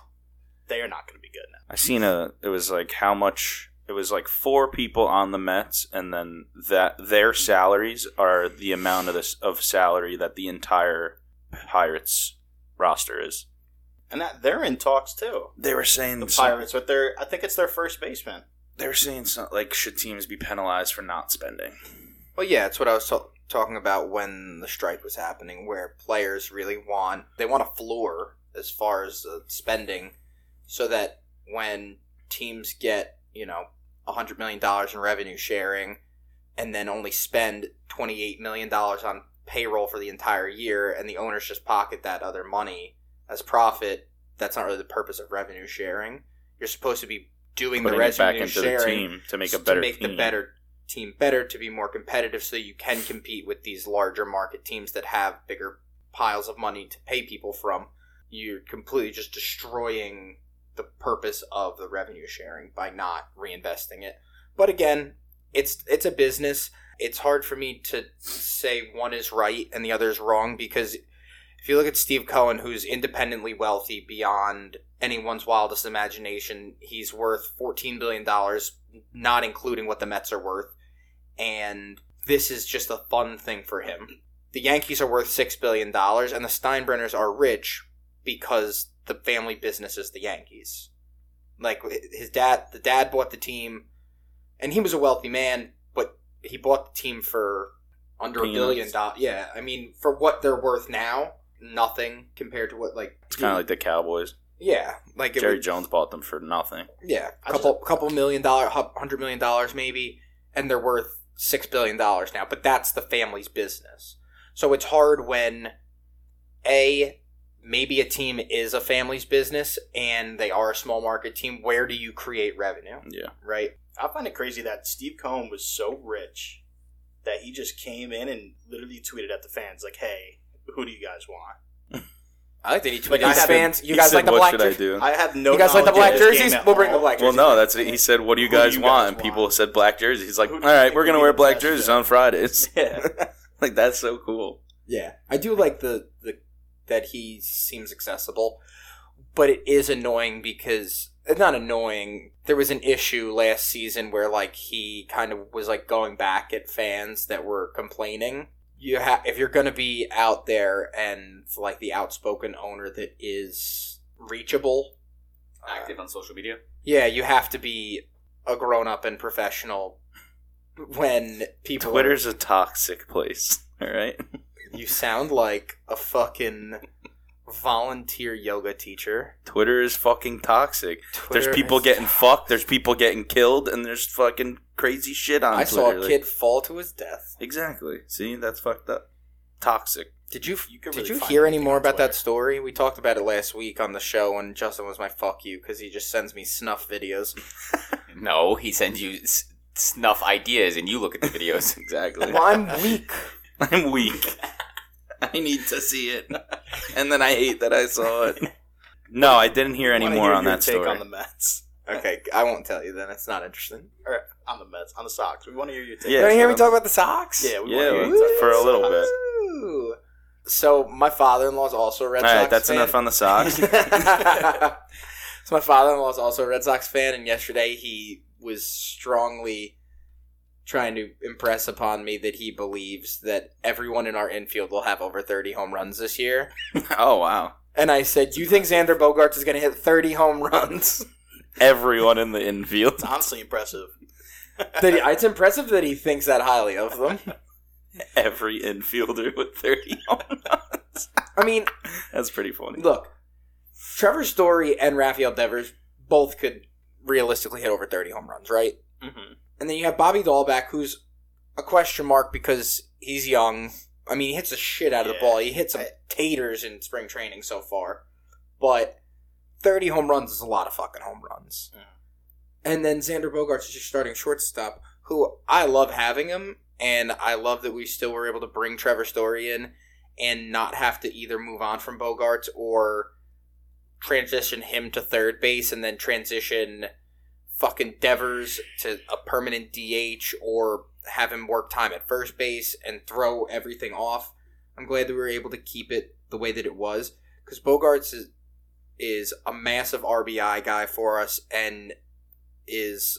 C: they are not going to be good now.
B: I seen a. It was like how much. It was like four people on the Mets, and then that their salaries are the amount of this of salary that the entire Pirates roster is.
C: And that, they're in talks too.
B: They were saying
C: The
B: some-
C: Pirates with their, I think it's their first baseman.
B: they were saying some, like should teams be penalized for not spending?
A: Well, yeah, it's what I was ta- talking about when the strike was happening, where players really want they want a floor as far as uh, spending, so that when teams get you know a hundred million dollars in revenue sharing, and then only spend twenty eight million dollars on payroll for the entire year, and the owners just pocket that other money as profit. That's not really the purpose of revenue sharing. You're supposed to be doing the
B: Putting
A: revenue
B: it back into
A: sharing
B: the team to make a better
A: to make
B: team.
A: the better team better to be more competitive so you can compete with these larger market teams that have bigger piles of money to pay people from you're completely just destroying the purpose of the revenue sharing by not reinvesting it but again it's it's a business it's hard for me to say one is right and the other is wrong because if you look at Steve Cohen, who's independently wealthy beyond anyone's wildest imagination, he's worth $14 billion, not including what the Mets are worth. And this is just a fun thing for him. The Yankees are worth $6 billion, and the Steinbrenners are rich because the family business is the Yankees. Like his dad, the dad bought the team, and he was a wealthy man, but he bought the team for under a
B: Peanuts.
A: billion dollars. Yeah, I mean, for what they're worth now, nothing compared to what like
B: It's kind of like the Cowboys.
A: yeah, like it
B: Jerry
A: would-
B: Jones bought them for nothing.
A: yeah,
C: I
A: couple couple million dollar, hu- hundred million dollars maybe, and they're worth six billion dollars now. But that's the family's business, so it's hard when a maybe a team is a family's business and they are a small market team. Where do you create revenue?
B: Yeah.
A: Right.
C: I find it crazy that Steve Cohen was so rich that he just came in and literally tweeted at the fans like, "Hey, who do you guys want?"
A: I like that he tweeted
C: Like, I
A: his
C: haven't-
A: fans. You
B: He
A: guys
B: said,
A: like the
B: what
A: black
B: should I
A: jersey?
B: do?
C: I have no.
A: you guys like the
C: knowledge
A: black
C: of this
A: jerseys?
C: game at
A: We'll bring the
C: all.
A: black
B: Well,
A: jerseys.
B: no, that's he said. What do you
C: Who do
B: guys
C: you guys
B: want? And
C: want?
B: people said black jerseys. He's like,
C: Who
B: all
C: do you
B: right,
C: think
B: we're gonna
C: would be
B: wear
C: the
B: black
C: best
B: jerseys
C: fit?
B: on Fridays.
C: Yeah.
B: like that's so cool.
A: Yeah, I do like the the that he seems accessible, but it is annoying because it's not annoying. There was an issue last season where like he kind of was like going back at fans that were complaining. You have if you're gonna be out there and like the outspoken owner that is reachable, uh,
E: Active on social media.
A: yeah, you have to be a grown up and professional. When people are-
B: Twitter's a toxic place. All right.
A: You sound like a fucking volunteer yoga teacher.
B: Twitter is fucking toxic.
A: Twitter
B: there's people
A: is-
B: getting fucked. There's people getting killed, and there's fucking crazy shit on.
A: I
B: Twitter.
A: saw a
B: like-
A: kid fall to his death.
B: Exactly. See, that's fucked up. Toxic.
A: Did you,
C: You could
A: did
C: really
A: you
C: find
A: hear any
C: anything
A: more
C: on
A: about that
C: Twitter.
A: story? We talked about it last week on the show when Justin was my fuck you because he just sends me snuff videos.
E: No, he sends you s- snuff ideas, and you look at the videos.
B: Exactly.
A: well, I'm weak.
B: I'm weak. I need to see it, and then I hate that I saw it. No, I didn't hear any
C: Wanna
B: more
C: hear
B: on
C: your
B: that
C: take
B: story.
C: On the Mets,
A: Okay, I won't tell you then. It's not interesting.
C: or on the Mets, on the Sox. We want to hear your take.
B: Yeah,
A: you want to hear me
B: so-
A: talk about the socks?
C: Yeah, we
B: Yeah,
C: want to hear
B: well,
C: your take.
B: for a little bit.
A: Ooh. So my father-in-law is also a Red
B: All
A: Sox
B: right, that's
A: fan.
B: enough on the socks.
A: so my father-in-law is also a Red Sox fan, and yesterday he was strongly trying to impress upon me that he believes that everyone in our infield will have over 30 home runs this year.
B: oh wow!
A: And I said, "You think Xander Bogarts is going to hit 30 home runs?"
B: Everyone in the infield.
C: It's honestly impressive.
A: that he, it's impressive that he thinks that highly of them.
B: Every infielder with thirty. home runs.
A: I mean,
B: That's pretty funny.
A: look, Trevor Story and Rafael Devers both could realistically hit over 30 home runs, right?
B: Mm-hmm.
C: Mhm.
A: And then you have Bobby Dahlback, who's a question mark because he's young. I mean, he hits the shit out of the
C: Yeah.
A: ball. He hits some taters in spring training so far. But 30 home runs is a lot of fucking home runs.
C: Yeah.
A: And then Xander Bogarts is your starting shortstop, who I love having him, and I love that we still were able to bring Trevor Story in and not have to either move on from Bogarts or transition him to third base and then transition fucking Devers to a permanent DH or have him work time at first base and throw everything off. I'm glad that we were able to keep it the way that it was because Bogarts is, is a massive RBI guy for us and is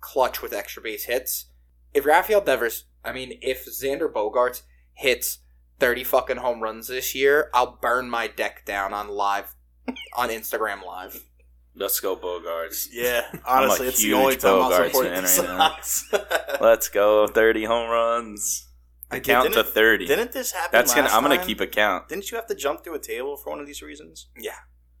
A: clutch with extra base hits. If Rafael Devers, I mean, if Xander Bogarts hits 30 fucking home runs this year, I'll burn my deck down on live, on Instagram Live.
B: Let's go, Bogarts.
C: Yeah, honestly, it's the
B: huge
C: only time I'll
B: Bogarts
C: support
B: fan
C: the
B: right now.
C: Sox.
B: Let's go. Thirty home runs. I count to
C: didn't-
B: thirty.
C: Didn't this happen?
B: That's gonna.
C: last
B: I'm gonna
C: time?
B: keep a count.
C: Didn't you have to jump through a table for one of these reasons?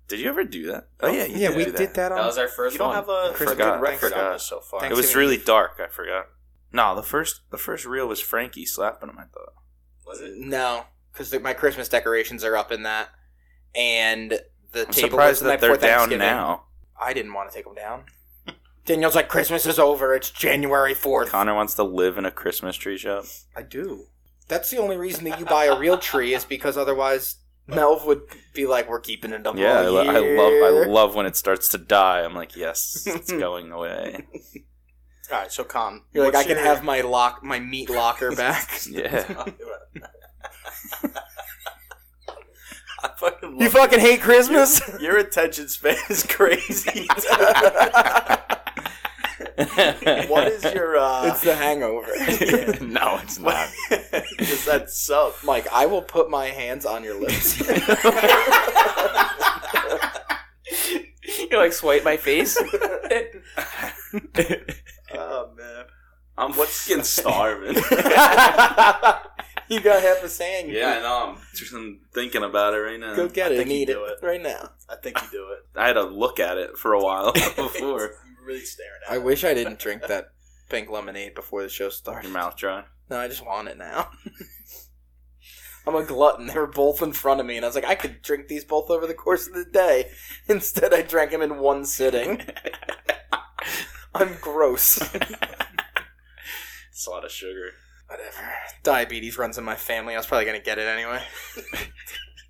B: Did you ever do that? Oh yeah, you did do
A: that
E: That was our first
C: You don't
E: one.
C: have a,
B: Forgot,
C: a good record
B: forgot.
C: on this so far.
B: It was really dark. I forgot. No, the first the first reel was Frankie slapping him. I thought.
C: Was it?
A: No, because my Christmas decorations are up in that, and the
B: I'm
A: table. was
B: surprised
A: the night
B: that they're
A: before
B: down
A: Thanksgiving.
B: now.
A: I didn't want to take them down. Daniel's like, Christmas is over. It's January 4th.
B: Connor wants to live in a Christmas tree shop.
A: I do. That's the only reason that you buy a real tree is because otherwise Melv would be like, we're keeping it up
B: yeah, I,
A: all
B: lo- I
A: year."
B: love I love when it starts to die. I'm like, yes, it's going away.
C: All right, so calm.
A: You're like,
C: What's
A: I can
C: your-
A: have my lock, my meat locker back.
B: Yeah,
C: I fucking love
A: you fucking hate Christmas?
C: Your attention span is crazy. what is your uh
A: it's the hangover.
E: no, it's not.
C: is that sub?
A: Mike, I will put my hands on your lips.
E: you like swipe my face.
C: Oh man.
D: I'm fucking starving.
A: you got half a saying.
D: yeah, I know. I'm just I'm thinking about it right now.
A: Go get
C: I
A: it.
C: think
A: and eat
C: you
A: it
C: do it.
A: right now.
C: I think you do it.
B: I had to look at it for a while before
C: You're really staring at
A: I
C: it.
A: wish I didn't drink that pink lemonade before the show started.
B: your mouth dry.
A: No, I just want it now. I'm a glutton. They were both in front of me, and I was like, I could drink these both over the course of the day. Instead, I drank them in one sitting. I'm gross.
B: It's a lot of sugar.
A: Whatever. Diabetes runs in my family. I was probably going to get it anyway.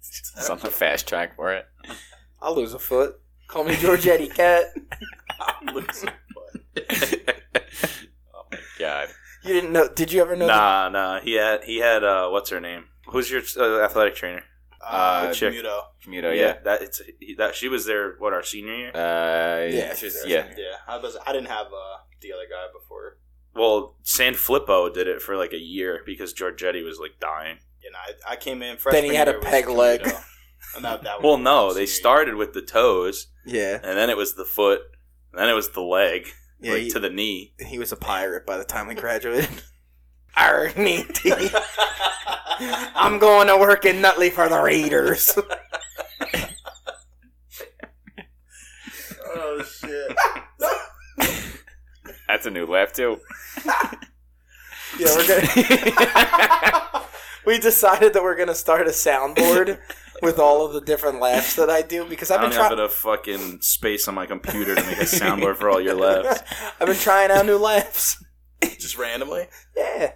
E: It's on the fast track for it.
A: I'll lose a foot. Call me Georgetti Cat.
E: God,
A: You didn't know? Did you ever know?
B: Nah, nah. He had he had uh, what's her name? Who's your uh, athletic trainer?
C: Uh,
B: the chick.
C: Muto.
E: Commuto, Oh, yeah.
B: that it's he, that she was there. What our senior year?
E: Uh,
A: Yeah, she was there.
E: yeah.
C: Yeah, I was. I didn't have uh, the other guy before.
B: Well, Sanfilippo did it for like a year because Giorgetti was like dying.
C: You know, I, I came in freshman.
A: Then he had a
C: year with
A: peg
C: Muto.
A: leg.
C: And that, that
B: Well,
C: was
B: no,
C: my
B: they
C: senior
B: started with the toes,
A: the- yeah,
B: and then it was the foot, and then it was the leg,
A: yeah.
B: like
A: he,
B: to the knee.
A: he was a pirate by the time we graduated. Our neat. I'm going to work in Nutley for the Raiders.
C: year. Oh shit!
E: That's a new laugh too.
A: Yeah, we're gonna. we decided that we're gonna start a soundboard with all of the different laughs that I do because I've
B: I
A: been
B: don't have
A: trying.
B: enough fucking space on my computer to make a soundboard for all your laughs.
A: I've been trying out new laughs.
C: Just randomly.
A: Yeah,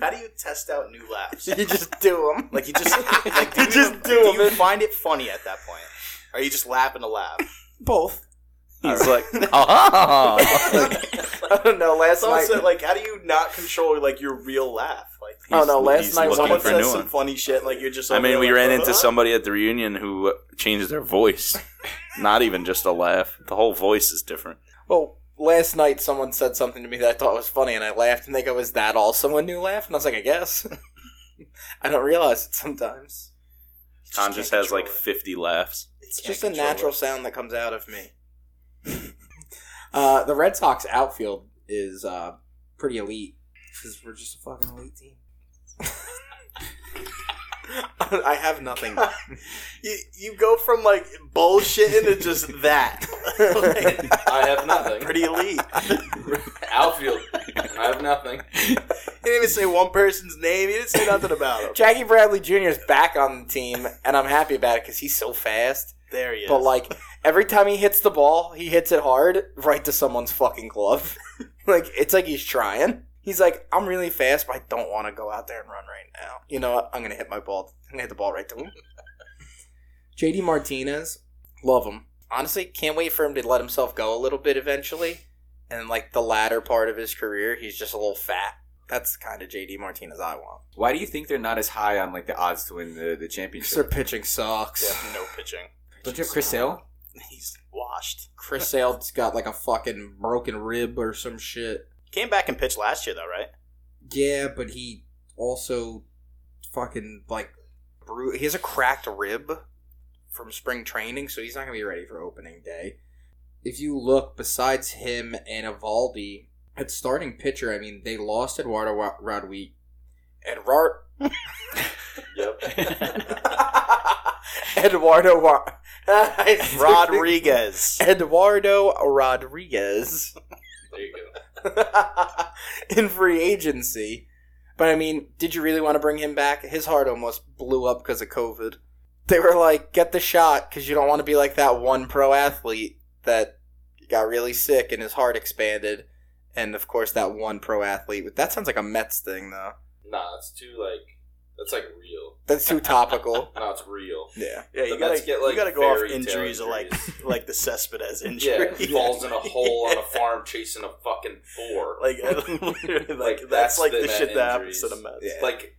C: How do you test out new laughs?
A: you just do them.
C: Like you just, like, do
A: You just
C: even-
A: do
C: do
A: 'em,
C: you
A: man.
C: find it funny at that point? Are you just laughing to laugh?
A: Both.
B: He's like, oh,
A: I don't know. Last
C: It's also
A: night.
C: like, how do you not control like your real laugh? Like
A: Oh no!
B: He's-
A: Last
B: he's
A: night
B: looking
A: someone
C: someone
B: for
A: said,
B: new
C: says some
B: one.
C: funny shit, like you're just.
B: I
C: over
B: mean,
C: there,
B: we
C: like,
B: ran into
C: "Uh-huh."
B: somebody at the reunion who uh, changed their voice. Not even just a laugh. The whole voice is different.
A: "Well, last night someone said something to me that I thought was funny, and I laughed, and they go, "Is that also a new laugh?" And I was like, "I guess." I don't realize it sometimes.
B: Tom
C: just
B: just
C: can't
B: has like
C: control
B: 50 laughs.
A: It's
C: Can't
A: just a
C: control
A: natural
C: it.
A: sound that comes out of me. uh, the Red Sox outfield is uh, pretty elite because we're just a fucking elite team. I have nothing.
C: You, you go from like bullshitting to just that. Like,
E: Uh,
D: I have nothing.
C: pretty elite.
D: Outfield. I have nothing.
C: He didn't even say one person's name. He didn't say nothing about him.
A: Jackie Bradley Jr. is back on the team, and I'm happy about it because he's so fast.
C: There he is.
A: But like every time he hits the ball, he hits it hard right to someone's fucking glove. like it's like he's trying. He's like, I'm really fast, but I don't want to go out there and run right now. You know what? I'm gonna hit my ball. I'm gonna hit the ball right to him. JD Martinez, love him. Honestly, can't wait for him to let himself go a little bit eventually. And like the latter part of his career, he's just a little fat. That's the kind of JD Martinez I want.
E: Why do you think they're not as high on like the odds to win the, the
A: Because
E: championship?
A: their pitching sucks.
C: Yeah, no pitching.
E: Don't you have Chris Sale?
C: He's washed.
A: Chris Sale's got like a fucking broken rib or some shit.
C: Came back and pitched last year though, right?
A: Yeah, but he also fucking like bru- he has a cracked rib from spring training, so he's not gonna be ready for opening day. If you look, besides him and Evaldi at starting pitcher, I mean they lost Eduardo Wa- Rodriguez. Edward Eduardo Wa-
C: Rodriguez.
A: Eduardo Rodriguez.
D: There you go.
A: in free agency. But I mean, did you really want to bring him back? His heart almost blew up because of COVID. they were like, get the shot because you don't want to be like that one pro athlete that got really sick and his heart expanded. And of course, that one pro athlete. But That sounds like a Mets thing, though.
D: Nah, it's too like that's like real.
A: That's too topical.
D: No, it's real.
A: yeah.
C: Yeah, you
D: The
C: gotta
D: Mets
C: get
D: get,
C: like
D: like,
C: you gotta go off
D: fairy tale
C: injuries of like
D: injuries.
C: like the Cespedes
D: Yeah,
C: injury.
D: he falls in a hole on a farm chasing a fucking boar.
C: like uh, literally, like
D: Like,
C: that's
D: that's
C: like the,
D: the Met
C: shit that happens
D: injuries.
C: to the Mets.
A: Yeah.
B: Like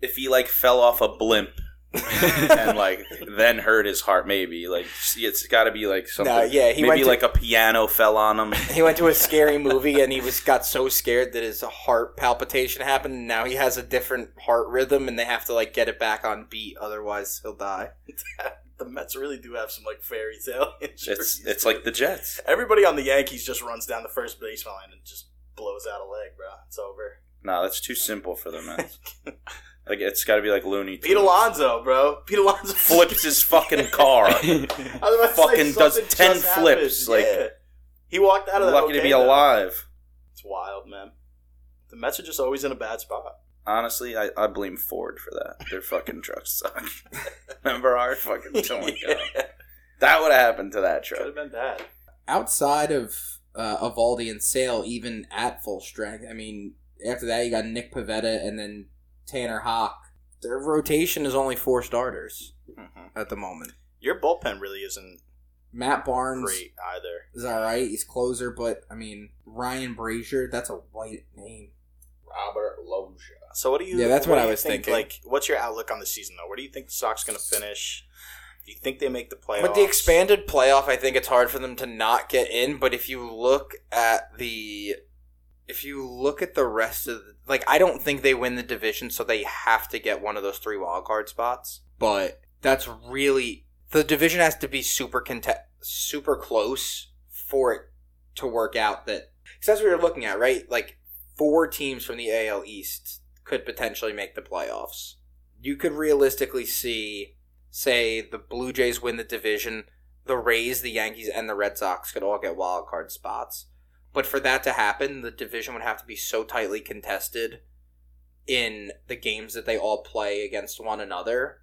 B: if he like fell off a blimp and like then hurt his heart, maybe like it's got to be like something.
A: No, yeah, he went
B: maybe
A: to,
B: like a piano fell on him.
A: he went to a scary movie and he was got so scared that his heart palpitation happened and now he has a different heart rhythm and they have to like get it back on beat otherwise he'll die.
C: The Mets really do have some like fairy tale injuries.
B: It's it's like the Jets.
C: everybody on the Yankees just runs down the first baseline and just blows out a leg, bro. It's over.
B: No, that's too simple for the Mets. Like it's got to be like Looney.
C: Pete
B: Tunes.
C: Alonso, bro. Pete Alonso
B: flips his fucking car.
C: I was about to say,
B: fucking does
C: something
B: 10
C: just
B: flips, like-
C: yeah. he walked out of that.
B: Lucky to
C: okay,
B: be
C: though.
B: alive.
C: It's wild, man. The Mets are just always in a bad spot.
B: Honestly, I, I blame Ford for that. Their fucking trucks suck. Remember our fucking oh my God. That would have happened to that
C: Could
B: truck.
C: have been bad.
A: outside of uh, Evaldi and Sale, even at full strength, I mean, after that you got Nick Pavetta and then Tanner Hawk. Their rotation is only four starters
B: Mm-hmm.
A: at the moment.
C: Your bullpen really isn't
A: Matt Barnes
C: great either.
A: is all right; he's closer, but I mean Ryan Brazier, that's a white name.
D: Robert Loja.
C: So what do you?
A: Yeah, that's what
C: do
A: I
C: you
A: was
C: think,
A: thinking.
C: Like, what's your outlook on the season though? Where do you think the Sox going to finish? Do you think they make the playoffs?
A: With the expanded playoff, I think it's hard for them to not get in. But if you look at the, if you look at the rest of, the, like, I don't think they win the division, so they have to get one of those three wild card spots. But that's really the division has to be super content, super close for it to work out. That because that's what you're looking at, right? Like four teams from the AL East could potentially make the playoffs. You could realistically see say the Blue Jays win the division, the Rays, the Yankees, and the Red Sox could all get wild card spots. But for that to happen, the division would have to be so tightly contested in the games that they all play against one another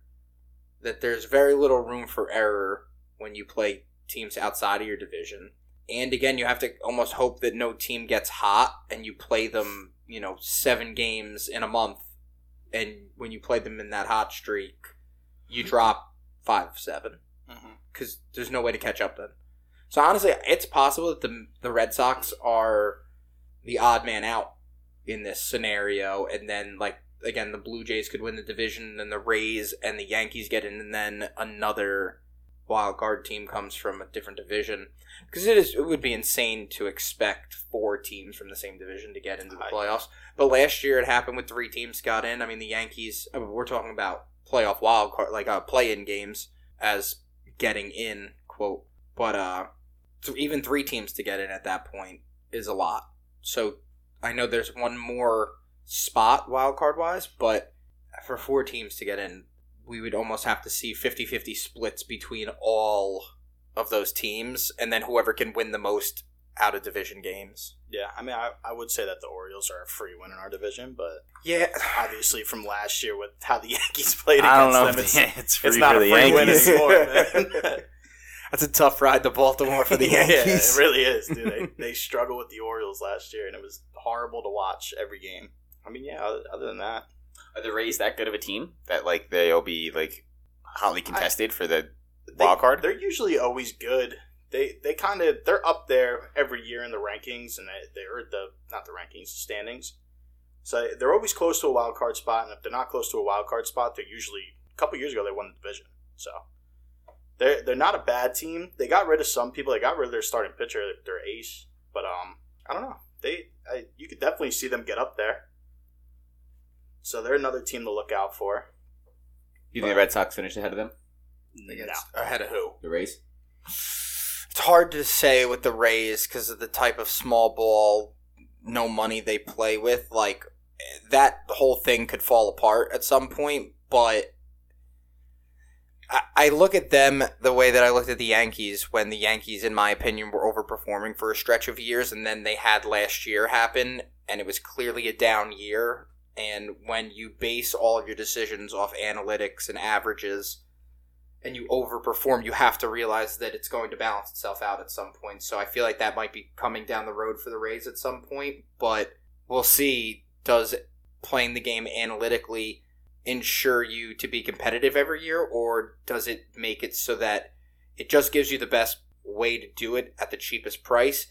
A: that there's very little room for error when you play teams outside of your division. And again, you have to almost hope that no team gets hot and you play them, you know, seven games in a month. And when you play them in that hot streak, you drop five seven
B: Mm-hmm.
A: because there's no way to catch up then. So honestly, it's possible that the the Red Sox are the odd man out in this scenario, and then like again, the Blue Jays could win the division, and then the Rays and the Yankees get in, and then another wild card team comes from a different division because it is it would be insane to expect four teams from the same division to get into the
C: I-
A: playoffs. But last year it happened with three teams got in. I mean, the Yankees. I mean, we're talking about playoff wild card like uh, play in games as getting in quote but uh th- even three teams to get in at that point is a lot so i know there's one more spot wild card wise but for four teams to get in we would almost have to see 50-50 splits between all of those teams and then whoever can win the most out of division games
C: Yeah, I mean, I, I would say that the Orioles are a free win in our division, but
A: yeah
C: obviously from last year with how the Yankees played
B: I don't know if
C: against them, it's,
B: the, it's free
C: it's not
B: for
C: a
B: the
C: free win
B: Yankees.
C: anymore, man.
A: that's a tough ride to baltimore for the
C: Yeah,
A: yankees
C: it really is, dude. They, they struggled with the Orioles last year, and it was horrible to watch every game. I mean, yeah. Other, other than that,
E: Are the Rays that good of a team that like they'll be like hotly contested for the
C: they,
E: wild card?
C: They're usually always good. They they kind of they're up there every year in the rankings, and they, they're the not the rankings, the standings. So they're always close to a wild card spot, and if they're not close to a wild card spot, they're usually a couple years ago they won the division. So they're they're not a bad team. They got rid of some people. They got rid of their starting pitcher, their ace, but um, I don't know. They I, you could definitely see them get up there. So they're another team to look out for.
E: You think the Red Sox finish ahead of them?
C: No.
A: Against- ahead of who
E: The Rays?
A: It's hard to say with the Rays because of the type of small ball, no money they play with. Like that whole thing could fall apart at some point. But I, I look at them the way that I looked at the Yankees when the Yankees, in my opinion, were overperforming for a stretch of years, and then they had last year happen, and it was clearly a down year. And when you base all of your decisions off analytics and averages, and you overperform, you have to realize that it's going to balance itself out at some point. So I feel like that might be coming down the road for the Rays at some point, but we'll see. Does playing the game analytically ensure you to be competitive every year, or does it make it so that it just gives you the best way to do it at the cheapest price?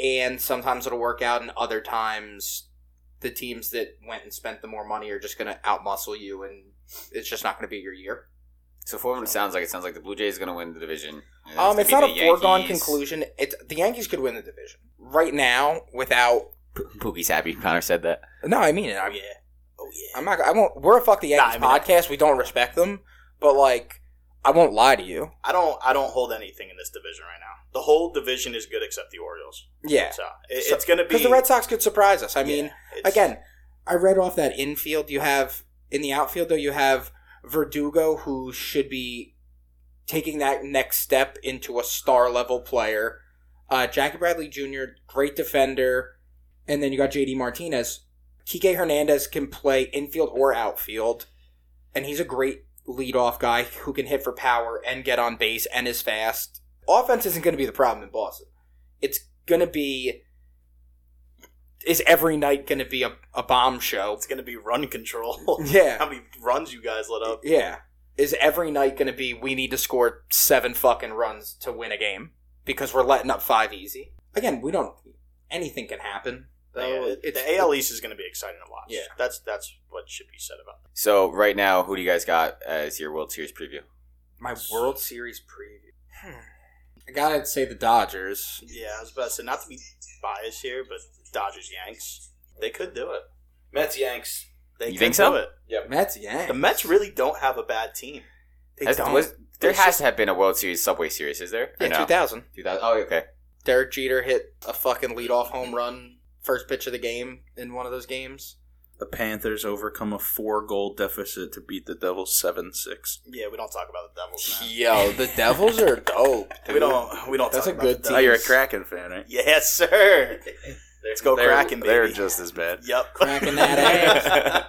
A: And sometimes it'll work out, and other times the teams that went and spent the more money are just going to outmuscle you, and it's just not going to be your year.
E: So for what it sounds like, it sounds like the Blue Jays are going to win the division. and
A: Um,
E: it's gonna
A: it's
E: be
A: not
E: the
A: a foregone
E: Yankees.
A: conclusion. It's the Yankees could win the division right now without.
E: P- Pookie's happy. Connor said that.
A: No, I mean it. I
C: yeah. Oh yeah.
A: I'm not. I won't. We're a fuck the
C: Nah,
A: Yankees
C: I mean-
A: podcast. We don't respect them, but like, I won't lie to you.
C: I don't. I don't hold anything in this division right now. The whole division is good except the Orioles.
A: Yeah,
C: So, it,
A: So-
C: it's going to be
A: because the Red Sox could surprise us. I
C: yeah,
A: mean,
C: it's-
A: again, I read off that infield. You have in the outfield though. You have Verdugo, who should be taking that next step into a star level player. Uh, Jackie Bradley Jr., great defender, and then you got JD Martinez. Kike Hernandez can play infield or outfield, and he's a great leadoff guy who can hit for power and get on base and is fast. Offense isn't going to be the problem in Boston. It's going to be is every night going to be a, a bomb show?
C: it's going to be run control.
A: Yeah.
C: How many runs you guys let up?
A: Yeah. Is every night going to be we need to score seven fucking runs to win a game because we're letting up five easy? Again, we don't. Anything can happen.
C: Yeah,
A: Though. It's-
C: the E AL East is going to be exciting to watch.
A: Yeah.
C: That's that's what should be said about.
E: So right now, who do you guys got as your World Series preview?
A: My World Series preview. Hmm. I gotta say the Dodgers.
C: It. Yeah, I was about to say not to be biased here, but Dodgers Yanks they could do it.
D: Mets Yanks.
C: They
E: You
C: could
E: think so?
C: do it.
A: Mets, yeah.
C: The Mets really don't have a bad team.
A: They
E: Has-
A: don't.
E: was- there
A: It's
E: has
A: just-
E: to have been a World Series Subway Series, is there? Or
A: yeah,
E: no?
A: 2000.
E: 2000. Oh, okay.
A: Derek Jeter hit a fucking leadoff home run first pitch of the game in one of those games.
B: The Panthers overcome a four goal deficit to beat the Devils 7 6.
C: Yeah, we don't talk about the Devils. Man.
A: Yo, the Devils are dope.
C: We don't. We don't.
A: That's
C: talk
A: a
C: about
A: good
C: the
B: Oh, you're a
C: Devils.
B: Kraken fan, right?
C: Yes, sir. Let's go
B: They're-
C: Kraken, baby.
B: They're just as bad.
C: Yep.
A: Cracking that ass.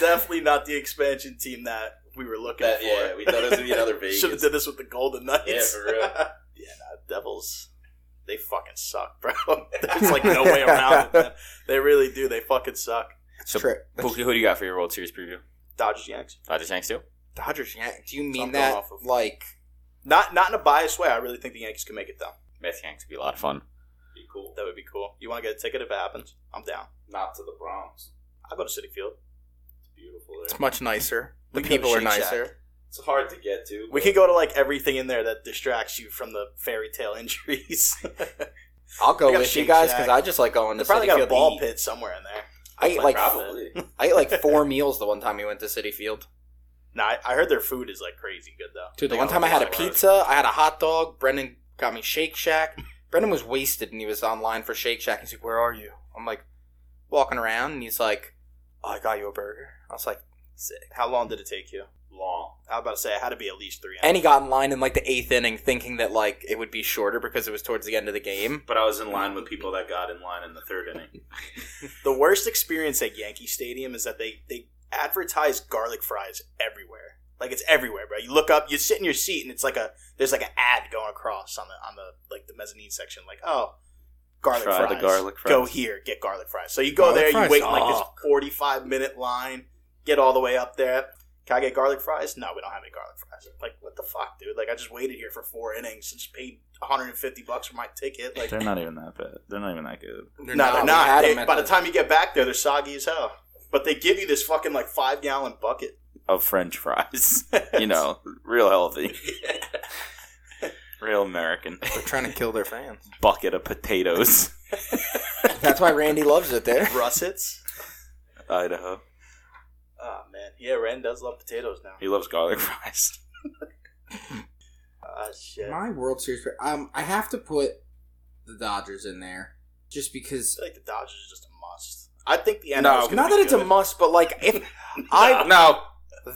C: Definitely not the expansion team that we were looking
D: That-
C: for.
D: yeah, we thought it was gonna be another Vegas.
C: Should have did this with the Golden Knights.
D: Yeah, for real.
C: yeah, nah, Devils. They fucking suck, bro. There's like no way around it. Man. They really do. They fucking suck.
E: So
A: Tri-
E: Pookie, who do you got for your World Series preview?
C: Dodgers Yanks.
E: Dodgers Yanks too.
A: Dodgers, yeah. Do you
C: So I'm
A: mean
C: going
A: that?
C: off of-
A: like,
C: Not not in a biased way. I really think the Yankees can make it though.
E: Mets Yanks would be a lot of fun.
D: Be cool.
C: That would be cool. You want to get a ticket if it happens? I'm down.
D: Not to the Bronx.
C: I'll go to City Field.
D: It's beautiful there.
A: it's much nicer. The
C: We can go to
A: people are
C: Shake Shack.
A: nicer.
D: It's hard to get to.
C: We
D: but
C: could go to like everything in there that distracts you from the fairy tale injuries. they
A: I'll go
C: They got
A: with you
C: Shake
A: guys
C: Shack.
A: because I just like going to
C: probably
A: City
C: got
A: Field.
C: a
A: to
C: ball
A: eat.
C: pit somewhere in there.
A: I ate like
D: probably.
A: I ate like four meals the one time we went to City Field.
C: Nah, I, I heard their food is like crazy good though.
A: Dude, the
C: They
A: one
C: got
A: time I had a
C: lot of-
A: pizza, I had a hot dog. Brendan got me Shake Shack. Brendan was wasted and he was online for Shake Shack. He's like, "Where are you?" I'm like, walking around, and he's like, oh, "I got you a burger." I was like,
C: Sick. How long did it take you?
D: long.
C: I was about to say it had to be at least three.
A: and he got in line in like the eighth inning, thinking that like it would be shorter because it was towards the end of the game.
B: But I was in line with people that got in line in the third inning.
C: the worst experience at Yankee Stadium is that they they advertise garlic fries everywhere. Like it's everywhere, bro. You look up, you sit in your seat, and it's like a there's like an ad going across on the on the like the mezzanine section. Like oh, garlic
B: Try
C: fries.
B: the garlic fries.
C: Go here, get garlic fries. So you go
A: Garlic
C: there, you
A: fries
C: wait in like this
A: suck.
C: 45 minute line, get all the way up there. Can I get garlic fries? No, we don't have any garlic fries. Like what the fuck, dude? Like I just waited here for four innings and just paid 150 bucks for my ticket. Like
B: They're not even that bad. They're not even that good.
A: They're
C: no, they're
A: we
C: not.
A: had
C: They-
A: them at
C: by the time you get back there, they're soggy as hell. But they give you this fucking like five gallon bucket.
B: Of French fries. you know, real healthy. real American.
A: they're trying to kill their fans.
B: Bucket of potatoes.
A: That's why Randy loves it there.
C: russets.
B: Idaho.
C: Oh man, yeah, Ren does love potatoes now.
B: He loves garlic fries.
C: Ah shit.
A: My
C: I
A: World Series, pick- um, I have to put the Dodgers in there just because.
C: feel like the Dodgers is just a must. I think the NL. is
B: No,
C: gonna
A: Not
C: be
A: that it's a
C: good.
A: must, but like if I no,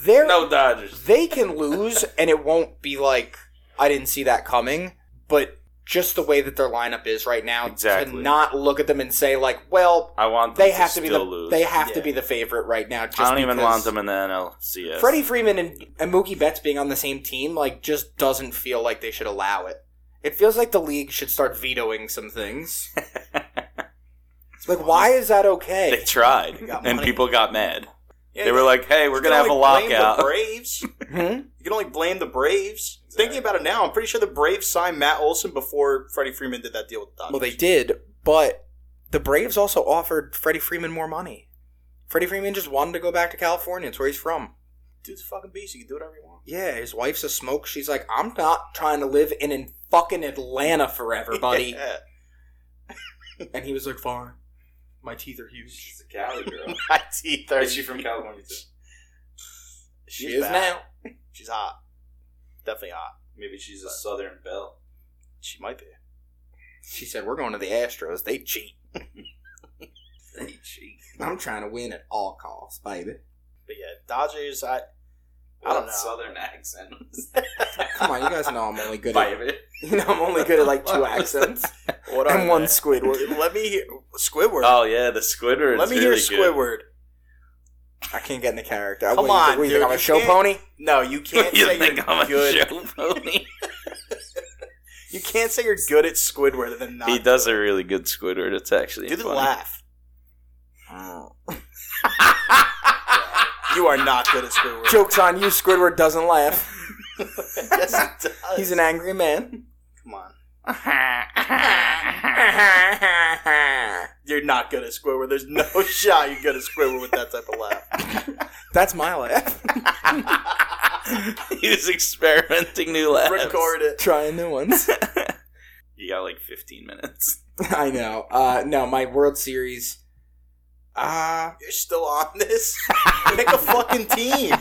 A: they're
B: No Dodgers.
A: they can lose and it won't be like I didn't see that coming. But just the way that their lineup is right now to
B: Exactly.
A: not look at them and say like, well,
B: I want them
A: they have to be the
B: still lose.
A: they have to
C: Yeah.
A: be the favorite right now. Just
B: I don't even
A: because
B: want them in the NLCS.
A: Freddie Freeman and, and Mookie Betts being on the same team like just doesn't feel like they should allow it. It feels like the league should start vetoing some things. It's like, why is that
B: they
A: okay?
B: tried,
C: got
B: and
C: money.
B: people got mad.
C: Yeah,
B: they were like, "Hey, we're
C: you
B: gonna
C: can
B: have a
C: only blame The
B: lockout."
C: Braves.
A: Hmm?
C: You can only blame the Braves. Thinking about it now, I'm pretty sure the Braves signed Matt Olson before Freddie Freeman did that deal with the Dodgers.
A: Well, they did, but the Braves also offered Freddie Freeman more money. Freddie Freeman just wanted to go back to California. It's where he's from.
C: Dude's a fucking beast. He can do whatever he wants.
A: Yeah, his wife's a smoke. She's like, I'm not trying to live in, in fucking Atlanta forever, buddy.
C: Yeah.
A: and he was like, fine. My teeth are huge.
D: She's a Cali girl.
C: My teeth are.
D: Is she from California too?
A: She
C: She's
A: is
C: bad.
A: now.
C: She's hot. Definitely hot.
D: Maybe she's a Southern belle.
C: She might be.
A: She said, we're going to the Astros. They cheat.
D: They cheat.
A: I'm trying to win at all costs, baby.
C: But yeah, Dodgers. I I
D: I
C: don't know.
D: Southern accent. was
A: Come on, you guys know I'm only good at
D: Baby.
A: you know I'm only good at like two accents
C: what
A: and one
C: they?
A: Squidward.
C: Let me hear Squidward.
B: Oh yeah, the Squidward.
C: Let me
B: really
C: hear
B: good.
C: Squidward.
A: I can't get in the character. I- what
C: Come
A: do you think- what
C: on,
A: do you think,
C: dude,
A: I'm a
C: you
A: show
C: can't-
A: pony.
C: No, you can't
B: You
C: say
B: think
C: you're
B: I'm a
C: good.
B: show pony?
C: You can't say you're good at Squidward and then not.
B: he does a really good Squidward. It's actually
C: Do the
B: funny.
C: laugh. you are not good at Squidward.
A: Joke's on you, Squidward doesn't laugh.
C: yes, he does.
A: He's an angry man.
C: Come on.
A: That's
C: You're not good at Squidward. There's no shot you're good at Squidward with that type of laugh.
A: my laugh.
B: he was experimenting new laughs.
C: Record it.
A: Trying new ones.
B: You got like 15 minutes.
A: I know. Uh, no, my World Series. Uh,
C: You're still on this. Pick a fucking team.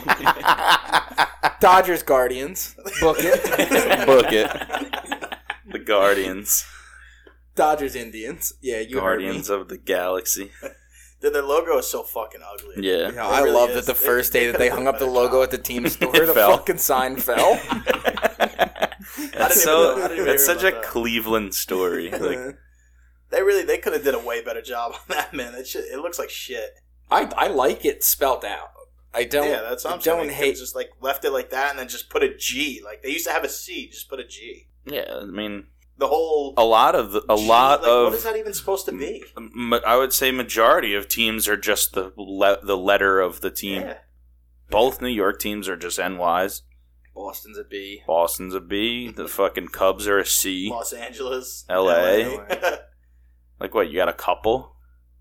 A: Dodgers Guardians. Book it.
B: Book it. The Guardians,
A: Dodgers Indians. Yeah, you
B: Guardians of the Galaxy.
C: Dude, their logo is so fucking ugly.
A: Heard me. Yeah,
B: Yeah,
C: It
A: I
C: really
A: love
C: is.
A: that the
C: They-
A: first
C: they
A: day that they
C: could've
A: hung
C: done a
A: up the
C: better
A: logo
C: job.
A: at the team store,
B: It
A: the
B: fell.
A: fucking sign fell.
C: even
B: that's
C: know- I
B: so.
C: didn't even
B: That's
C: hear
B: such a
C: about that.
B: Cleveland story. Like
C: They really they could have did a way better job on that man. That shit it looks like shit.
A: I I like it spelt out. I don't.
C: yeah, that's what I'm saying.
A: don't
C: They could've
A: hate.
C: Just like left it like that and then just put a G. Like they used to have a C, just put a G.
B: Yeah, I mean,
C: The whole
B: a lot of the, a
C: G,
B: lot
C: like, what is
B: of
C: that even supposed to be?
B: m- I would say majority of teams are just the le- the letter of the team.
C: Yeah.
B: Both New York teams are just NYs.
A: Boston's a B.
B: Boston's a B. The fucking Cubs are a C.
C: Los Angeles,
B: LA.
C: LA.
B: Like what? You got a couple?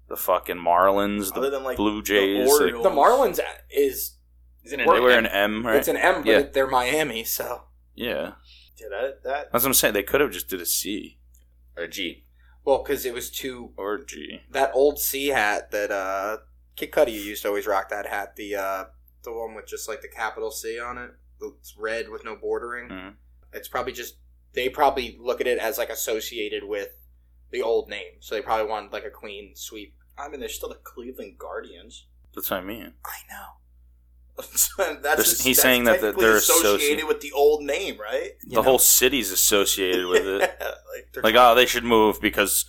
B: The fucking Marlins,
C: Other
B: the
C: than like
B: Blue
C: the
B: Jays. like,
C: Orioles.
A: The Marlins is
E: Isn't
B: they
E: it?
B: were an M, right?
A: it's an M, but
B: Yeah.
A: it, they're Miami, so
B: yeah,
C: Yeah, that, that
B: that's what I'm saying. They could have just did a C
E: or G?
A: well because it was too
B: or a G.
A: that old C hat that uh Kid Cudi used to always rock that hat the uh the one with just like the capital C on it it's red with no bordering
B: Mhm.
A: it's probably just they probably look at it as like associated with the old name so they probably wanted like a clean sweep
C: I mean, they're still the Cleveland Guardians.
B: That's what I mean.
A: I know
C: that's that's
B: he's saying that
C: technically
B: they're
C: associated
B: associated-
C: with the old name, right?
B: the whole city's associated with it.
C: Yeah, like, they're-
B: like, oh, they should move because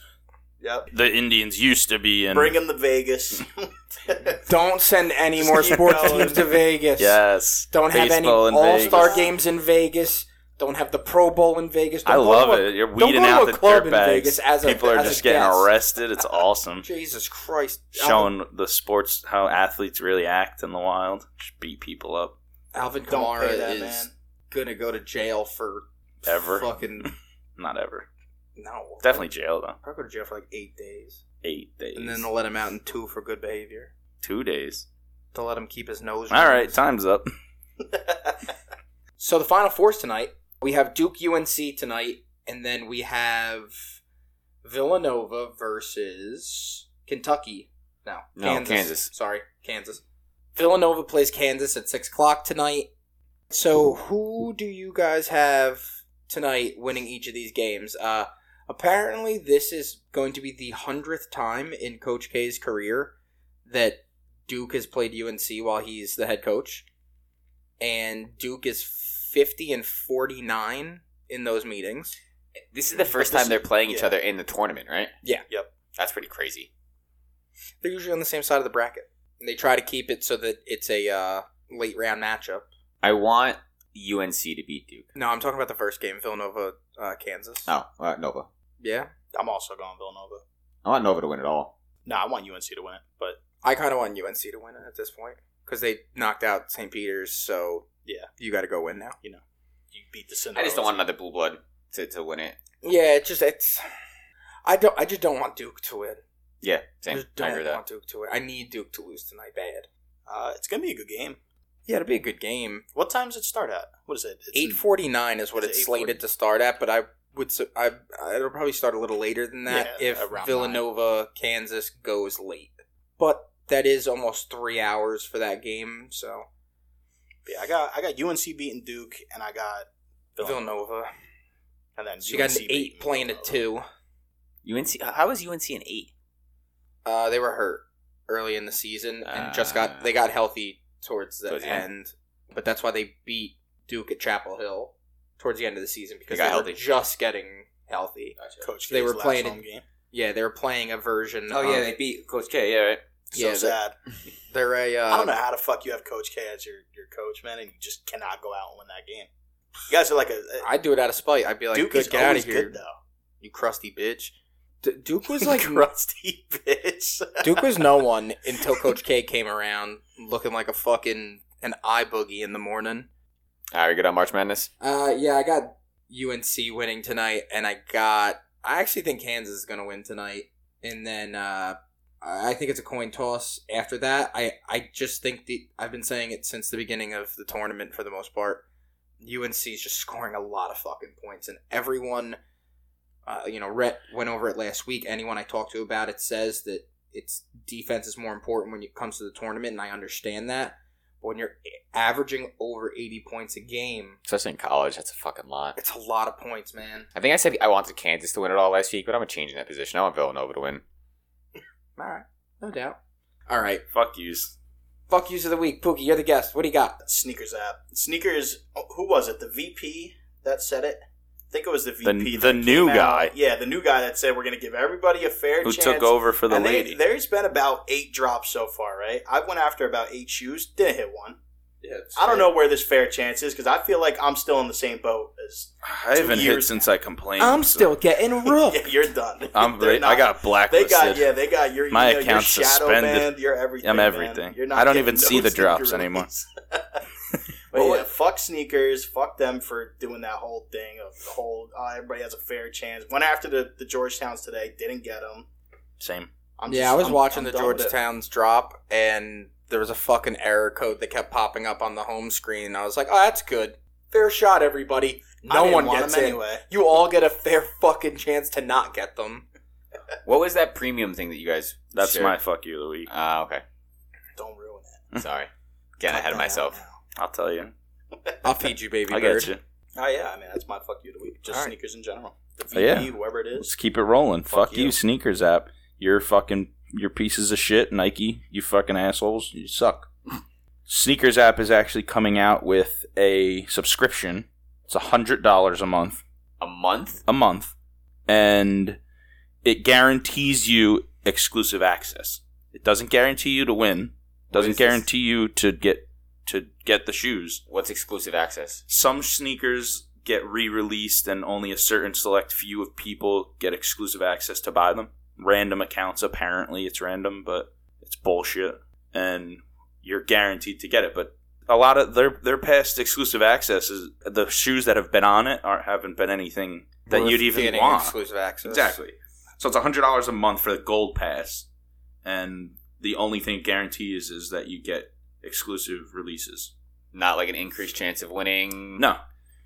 C: yep.
B: the Indians used to be in.
C: Bring him to Vegas.
A: don't send any more
C: Keep
A: sports
C: going.
A: teams to Vegas
B: Yes.
A: Don't have any
B: Baseball in
A: All Star
B: Vegas.
A: games in Vegas. Don't have the Pro Bowl in Vegas. Don't
B: I
A: go
B: love
A: to a-
B: it. You're
A: don't
B: weeding
A: go to
B: out
A: a
B: the
A: club in Vegas
B: dirtbags.
A: as a-
B: People are
A: as a
B: just getting
A: guest.
B: arrested. It's awesome.
A: Jesus Christ! Alvin,
B: Showing the sports how athletes really act in the wild. Just beat people up
A: Alvin
C: Don't
A: Kamara
C: pay that
A: is
C: man.
A: gonna go to jail for
B: ever.
A: Fucking
B: Not ever.
A: no,
B: Definitely jail though.
A: I'll go to jail for like eight days,
B: Eight days.
A: and then they'll let him out in two for good behavior.
B: two days.
A: They'll let him keep his nose.
B: All right,
A: ring.
B: time's up.
A: So the final fours tonight, we have Duke UNC tonight, and then we have Villanova versus Kentucky. No,
E: No, Kansas.
A: Sorry, Kansas. Villanova plays Kansas at six o'clock tonight. So who do you guys have tonight winning each of these games? Uh, apparently, this is going to be the hundredth time in Coach K's career that Duke has played UNC while he's the head coach and Duke is 50 and 49 in those meetings.
E: This is the first
C: But this-
E: time they're playing each
C: yeah.
E: other in the tournament, right?
A: Yeah.
C: Yep.
E: That's pretty crazy.
A: They're usually on the same side of the bracket. And they try to keep it so that it's a uh, late round matchup.
E: I want UNC to beat Duke.
A: No, I'm talking about the first game, Villanova, uh, Kansas.
E: Oh, uh, Nova.
A: Yeah,
C: I'm also going Villanova.
E: I want Nova to win it all.
C: No, I want UNC to win it, but
A: I kind of want UNC to win it at this point because they knocked out St. Peter's, so
C: Yeah.
A: you got to go win now.
C: you beat the Cinderella.
E: I just don't want another blue blood to, to win it.
A: Yeah, it's just it's. I don't. I just don't want Duke to win.
E: Yeah,
A: I
E: same.
A: just
E: I
A: don't
E: agree
A: want
E: with that.
A: Duke to win. I need Duke to lose tonight, bad.
C: Uh, it's gonna be a good game.
A: Yeah, it'll be a good game.
C: What time does it start at? What is it? It's
A: Eight forty nine is what
C: Is it
A: it's
C: 8:40?
A: slated to start at, but I would. su- I it'll probably start a little later than that
C: Yeah,
A: if
C: around
A: Villanova Kansas goes late. But that is almost three hours for that game. So
C: Yeah, I got I got UNC beating Duke, and I got Villanova,
A: Villanova,
C: and then
A: she got
C: UNC
A: an eight
C: beating
A: playing a
C: Villanova.
A: two.
E: UNC. How is UNC an eight?
A: Uh, they were hurt early in the season and just
E: Ah.
A: got they got healthy towards the
E: Towards the end.
A: end. But that's why they beat Duke at Chapel Hill towards the end of the season because
E: got
A: they,
E: healthy.
A: were just getting healthy.
C: Coach,
A: They
C: K's
A: were
C: last
A: playing
C: home
A: in-
C: game.
A: Yeah, they were playing a version.
E: Oh yeah,
A: of-
E: they beat Coach K. Yeah, right.
C: So
A: yeah,
C: sad.
A: they're a. Uh,
C: I don't know how the fuck you have Coach K as your, your coach, man, and you just cannot go out and win that game. You guys are like a, a
A: I'd do it out of spite. I'd be like,
C: Duke
A: good,
C: is
A: get out of
C: always
A: here,
C: good though.
A: you crusty bitch. D- Duke was like
C: crusty bitch.
A: Duke was no one until Coach K came around, looking like a fucking an eye boogie in the morning.
E: All right, good on March Madness.
A: Uh, yeah, I got UNC winning tonight, and I got. I actually think Kansas is going to win tonight, and then uh, I I think it's a coin toss. After that, I I just think the I've been saying it since the beginning of the tournament for the most part. UNC is just scoring a lot of fucking points, and everyone, uh, you know, Rhett went over it last week. Anyone I talked to about it says that it's defense is more important when it comes to the tournament, and I understand that. But when you're averaging over eighty points a game,
E: Especially in college, that's a fucking lot.
A: it's a lot of points, man.
E: I think I said I wanted Kansas to win it all last week, but I'm gonna change that position. I want Villanova to win.
A: All right, no doubt. All right,
B: Fuck yous.
A: fuck yous of the week, Pookie. You're the guest. What do you got?
C: Sneakers app. Sneakers. oh, Who was it? The VP that said it. I think it was the VP.
B: The-
C: that
B: the
C: came
B: new
C: out.
B: guy.
C: Yeah, the new guy that said we're going to give everybody a fair
B: Who
C: chance.
B: took over for the
C: And they-
B: lady?
C: there's been about eight drops so far, right? I went after about eight shoes, didn't hit one.
D: Yeah,
C: I don't know where this fair chance is because I feel like I'm still in the same boat as
B: I haven't hit
C: years-
B: since I complained.
A: I'm
B: so-
A: still getting rook.
C: Yeah, you're done.
B: Oh. I'm.
C: They're
B: I
C: not-
B: got
C: They
B: blacklisted.
C: got yeah, they got your
B: My
C: you know, your
B: account's
C: shadow
B: suspended.
C: banned, your everything.
B: I'm
C: man.
B: everything.
C: You're not
B: I don't
C: getting
B: even see
C: no
B: the
C: sneaker
B: drops
C: release.
B: anymore.
C: but
A: Well,
C: yeah, fuck sneakers. Fuck them for doing that whole thing of the whole oh, everybody has a fair chance. Went after the the Georgetowns today, didn't get them.
B: Same.
C: I'm
A: yeah,
C: just-
A: I was
C: I'm-
A: watching
C: I'm
A: the
C: done with it.
A: Georgetown's drop, and there was a fucking error code that kept popping up on the home screen. I was like, oh, that's good. Fair shot, everybody.
C: I
A: No
C: didn't
A: one
C: want
A: gets
C: them
A: in.
C: anyway.
A: You all get a fair fucking chance to not get them.
E: What was that premium thing that you guys?
B: That's
E: shared?
B: my fuck you of the week.
E: Ah, okay.
C: Don't ruin it.
E: Sorry, getting ahead of myself.
B: I'll tell you.
A: I'll feed you, baby
B: I
A: bird.
B: got you.
C: Oh yeah, I mean that's my fuck you of the week. Just
A: All right.
C: sneakers in general. The
B: Oh, yeah.
C: VP, whoever it
B: Let's
C: is.
B: keep it rolling. Fuck,
C: Fuck
B: you.
C: you.
B: sneakers app. You're fucking your pieces of shit, Nike. You fucking assholes. You suck. sneakers app is actually coming out with a subscription. It's a hundred dollars a month.
E: A month?
B: A month, and it guarantees you exclusive access. It doesn't guarantee you to win. Doesn't
E: is this?
B: guarantee you to get to get the shoes.
E: What's exclusive access?
B: Some sneakers get re-released, and only a certain select few of people get exclusive access to buy them. Random accounts, apparently, it's random, but it's bullshit, and you're guaranteed to get it. But a lot of their their past exclusive access is the shoes that have been on it aren't haven't been anything that
A: Worth
B: you'd even
A: getting
B: want.
A: exclusive access.
B: Exactly. So it's hundred dollars a month for the gold pass, and the only thing it guarantees is that you get exclusive releases.
E: Not like an increased chance of winning.
B: No.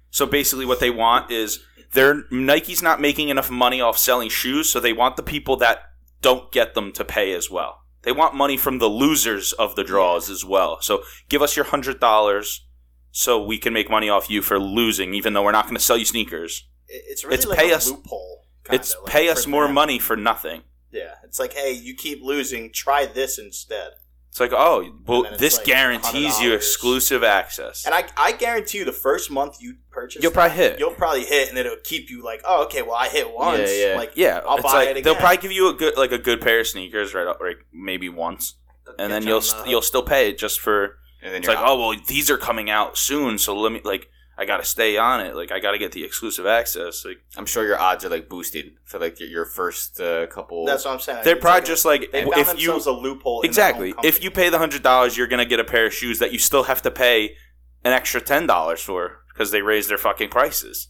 B: So basically, what they want is they're Nike's not making enough money off selling shoes, so they want the people that don't get them to pay as well. They want money from the losers of the draws as well. So give us your hundred dollars, so we can make money off you for losing, even though we're not going to sell you sneakers.
C: It- It's really
B: It's
C: like
B: pay
C: a
B: us-
C: loophole. kinda,
B: it's
C: like,
B: pay
C: for
B: us more
C: them.
B: money for nothing.
C: Yeah, it's like hey, you keep losing, try this instead.
B: It's like, oh, well,
C: And then it's
B: this
C: like
B: guarantees you
C: $100.
B: exclusive access.
C: And I, I guarantee you, the first month you purchase,
B: You'll probably hit.
C: you'll probably hit, and it'll keep you like, oh, okay, well, I hit once.
E: Yeah, yeah.
C: Like,
B: yeah,
C: I'll
B: it's
C: buy
B: like
C: it
B: they'll
C: again.
B: probably give you a good like a good pair of sneakers right up like maybe once, and then you'll st- you'll still pay it just for.
E: And then
B: It's
E: you're
B: like,
E: out.
B: oh well, these are coming out soon, so let me like I gotta stay on it. Like I gotta get the exclusive access. Like
E: I'm sure your odds are like boosted for like your, your first uh, couple.
C: That's what I'm saying.
B: they're
C: It's
B: probably
C: like a-
B: just like
C: they found
B: if you
C: themselves a loophole. in their own
B: exactly if
C: company.
B: you pay the hundred dollars, you're gonna get a pair of shoes that you still have to pay an extra ten dollars for because they raised their fucking prices.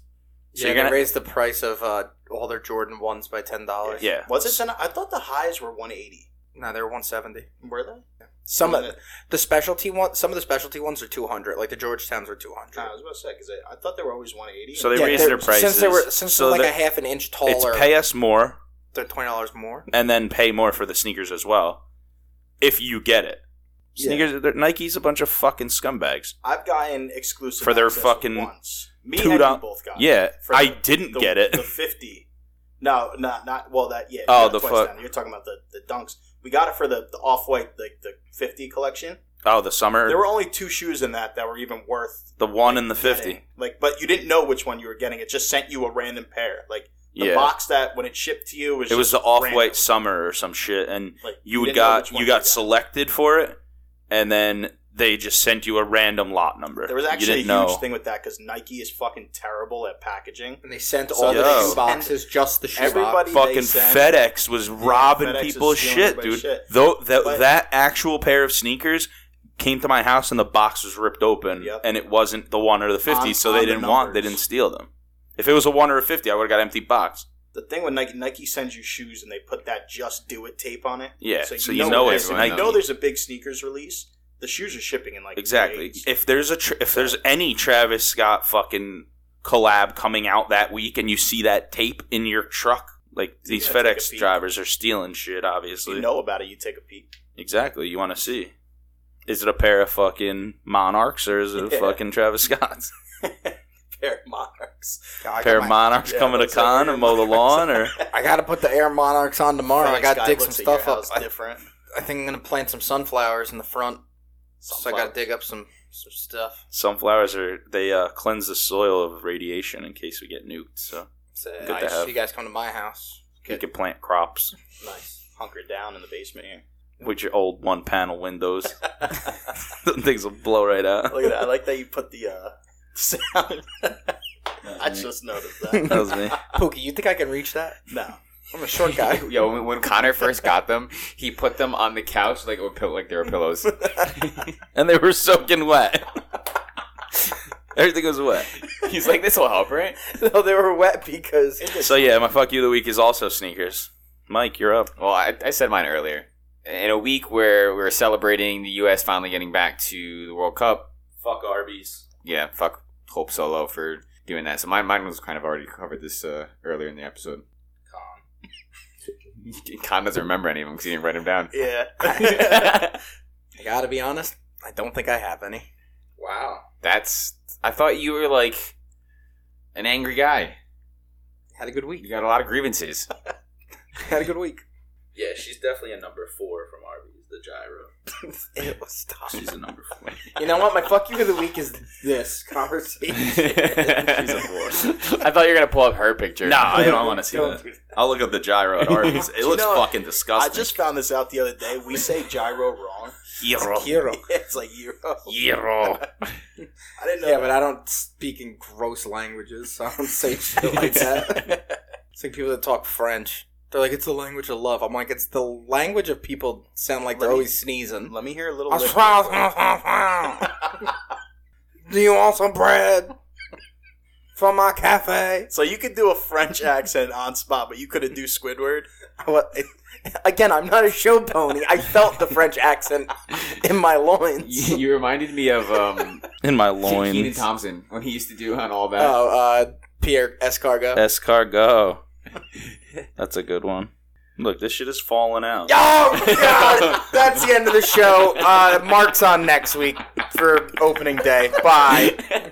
A: yeah,
B: So you're
A: they
B: gonna
A: raised the price of uh, all their Jordan ones by ten dollars.
B: yeah.
C: was it? Ten, I thought the highs were 180.
A: no, they were one seventy.
C: Were they?
A: Some
C: Wasn't
A: of
C: it-
A: the specialty one, some of the specialty ones are two hundred. Like the Georgetowns are two hundred.
C: Nah, I was about to say because I, I thought they were always 180.
B: So they
A: Yeah,
B: raised
A: they're-
B: their prices
A: since they were since
B: so
A: they're like
B: they're-
A: a half an inch
B: It's
A: taller.
B: pay us more
A: they're twenty dollars more.
B: and then pay more for the sneakers as well if you get it.
A: Yeah.
B: Sneakers, they're Nike's a bunch of fucking scumbags.
C: I've gotten exclusive
B: For their
C: access
B: fucking
C: once. Me
B: two
C: and
B: dol-
C: Henry both got. it.
B: Yeah,
C: For
B: I
C: the-
B: didn't
C: the-
B: get it.
C: The 50. No, not not well. That yeah.
B: Oh,
C: yeah,
B: the
C: twice
B: fuck.
C: down. You're talking about the, the dunks. We got it for the, the off white like the 50 collection.
B: oh, the summer,
C: There were only two shoes in that that were even worth
B: the one and the
C: getting.
B: fifty.
C: Like, but you didn't know which one you were getting. It just sent you a random pair. Like the
B: Yeah,
C: box that when it shipped to you was
B: it was
C: just
B: the off
C: random.
B: white summer or some shit, and
C: Like
B: you would
C: didn't know
B: got
C: which
B: you
C: one
B: got selected for it, and then they just sent you a random lot number.
C: There was
B: You
C: actually a huge
B: didn't know.
C: thing with that because Nike is fucking terrible at packaging.
A: And they sent
C: So
A: all
B: they
A: the
B: sent-
A: shoe boxes, just the shoe
C: Everybody-
A: box.
C: they
B: Fucking
C: sent-
B: FedEx was robbing
C: FedEx is
B: people's
C: stealing
B: shit, dude.
C: everybody's shit.
B: Though that
C: But-
B: that actual pair of sneakers came to my house and the box was ripped open,
C: Yep.
B: and it wasn't the one or the fifty,
C: On-
B: so
C: on
B: they
C: the
B: didn't want, they
C: numbers.
B: didn't steal them. If it was a one or a fifty, I would have got an empty box.
C: The thing with Nike, Nike sends you shoes and they put that "Just Do It" tape on it.
B: Yeah, so you know
C: it
E: it's
C: is. You
E: Nike.
C: know there's a big sneakers release. The shoes are shipping in like
B: Exactly.
C: days.
B: If there's a tr- if there's any Travis Scott fucking collab coming out that week, and you see that tape in your truck, like these
C: Yeah, take a
B: FedEx
C: peek.
B: drivers are stealing shit. Obviously,
C: you know about it, you take a peek.
B: Exactly. You want to see. Is it a pair of fucking monarchs or is it a
C: Yeah.
B: fucking Travis Scott's?
C: Pair of Monarchs.
A: God, I got
B: pair of
A: my-
B: monarchs
C: yeah,
B: coming to
C: looks like
B: con
C: we're
B: and mow the lawn or
A: I gotta put the Air Monarchs on tomorrow. I
C: FedEx
A: gotta
C: guy
A: dig some
C: looks at
A: stuff
C: your
A: up.
C: house
A: I,
C: Different.
A: I think I'm gonna plant some sunflowers in the front, so I
C: Sunflower.
A: gotta dig up some some stuff.
B: sunflowers are they uh, cleanse the soil of radiation in case we get nuked. So
A: So,
B: to
A: nice.
B: have.
A: You guys come to my house.
B: you can plant crops
C: Nice. Hunker down in the basement here.
B: with your old one panel windows. Them things will blow right out.
C: Look at that. I like that you put the uh, sound. I just noticed that.
B: That was me.
A: Pookie, you think I can reach that?
C: No.
A: I'm a short guy.
E: Yo, when, when Connor first got them, he put them on the couch like it would pill- like they were pillows.
B: And they were soaking wet. Everything was wet.
E: He's like, "This will help, right?"
A: no, they were wet because
B: So yeah, my fuck you of the week is also sneakers. Mike, you're up.
E: Well, I, I said mine earlier. In a week where we were celebrating the U.S. finally getting back to the World Cup,
D: Fuck Arby's.
E: yeah, fuck Hope Solo for doing that. So mine, mine was kind of already covered this uh, earlier in the episode. Con doesn't remember any of them because he didn't write them down.
C: Yeah.
A: I gotta be honest. I don't think I have any.
D: Wow.
E: That's. I thought you were like an angry guy.
A: Had a good week.
E: You got a lot of grievances.
A: Had a good week.
D: Yeah, she's definitely a number four from Arby's, the gyro.
A: It was tough.
B: She's a number four.
A: You know what? My fuck you of the week is this conversation.
E: I thought you were gonna pull up her picture.
B: Nah, I don't want to see
A: Don't
B: that. I'll look up the gyro at Arby's. It looks
C: You know,
B: fucking
C: I
B: disgusting.
C: just found this out the other day. We say gyro wrong.
B: gyro,
A: Hero.
C: it's like gyro.
B: gyro.
C: I didn't know.
A: Yeah, but I don't speak in gross languages, so I don't say shit like that. it's like people that talk French. They're like, it's the language of love. I'm like, it's the language of people sound like they're
C: Let me-
A: always sneezing.
C: Let me hear a little. lick.
A: Do you want some bread from my cafe?
C: So you could do a French accent on spot, but you couldn't do Squidward.
A: What? Again, I'm not a show pony. I felt the French accent in my loins.
E: You, you reminded me of um,
B: In my
E: Keenan
B: loins.
E: Thompson when he used to do on all that.
A: Oh, uh, Pierre
B: Uh,
A: Escargot.
B: Escargot. That's a good one. Look, this shit is falling out.
A: Oh God! That's the end of the show. Uh, Mark's on next week for opening day. Bye.
E: Oh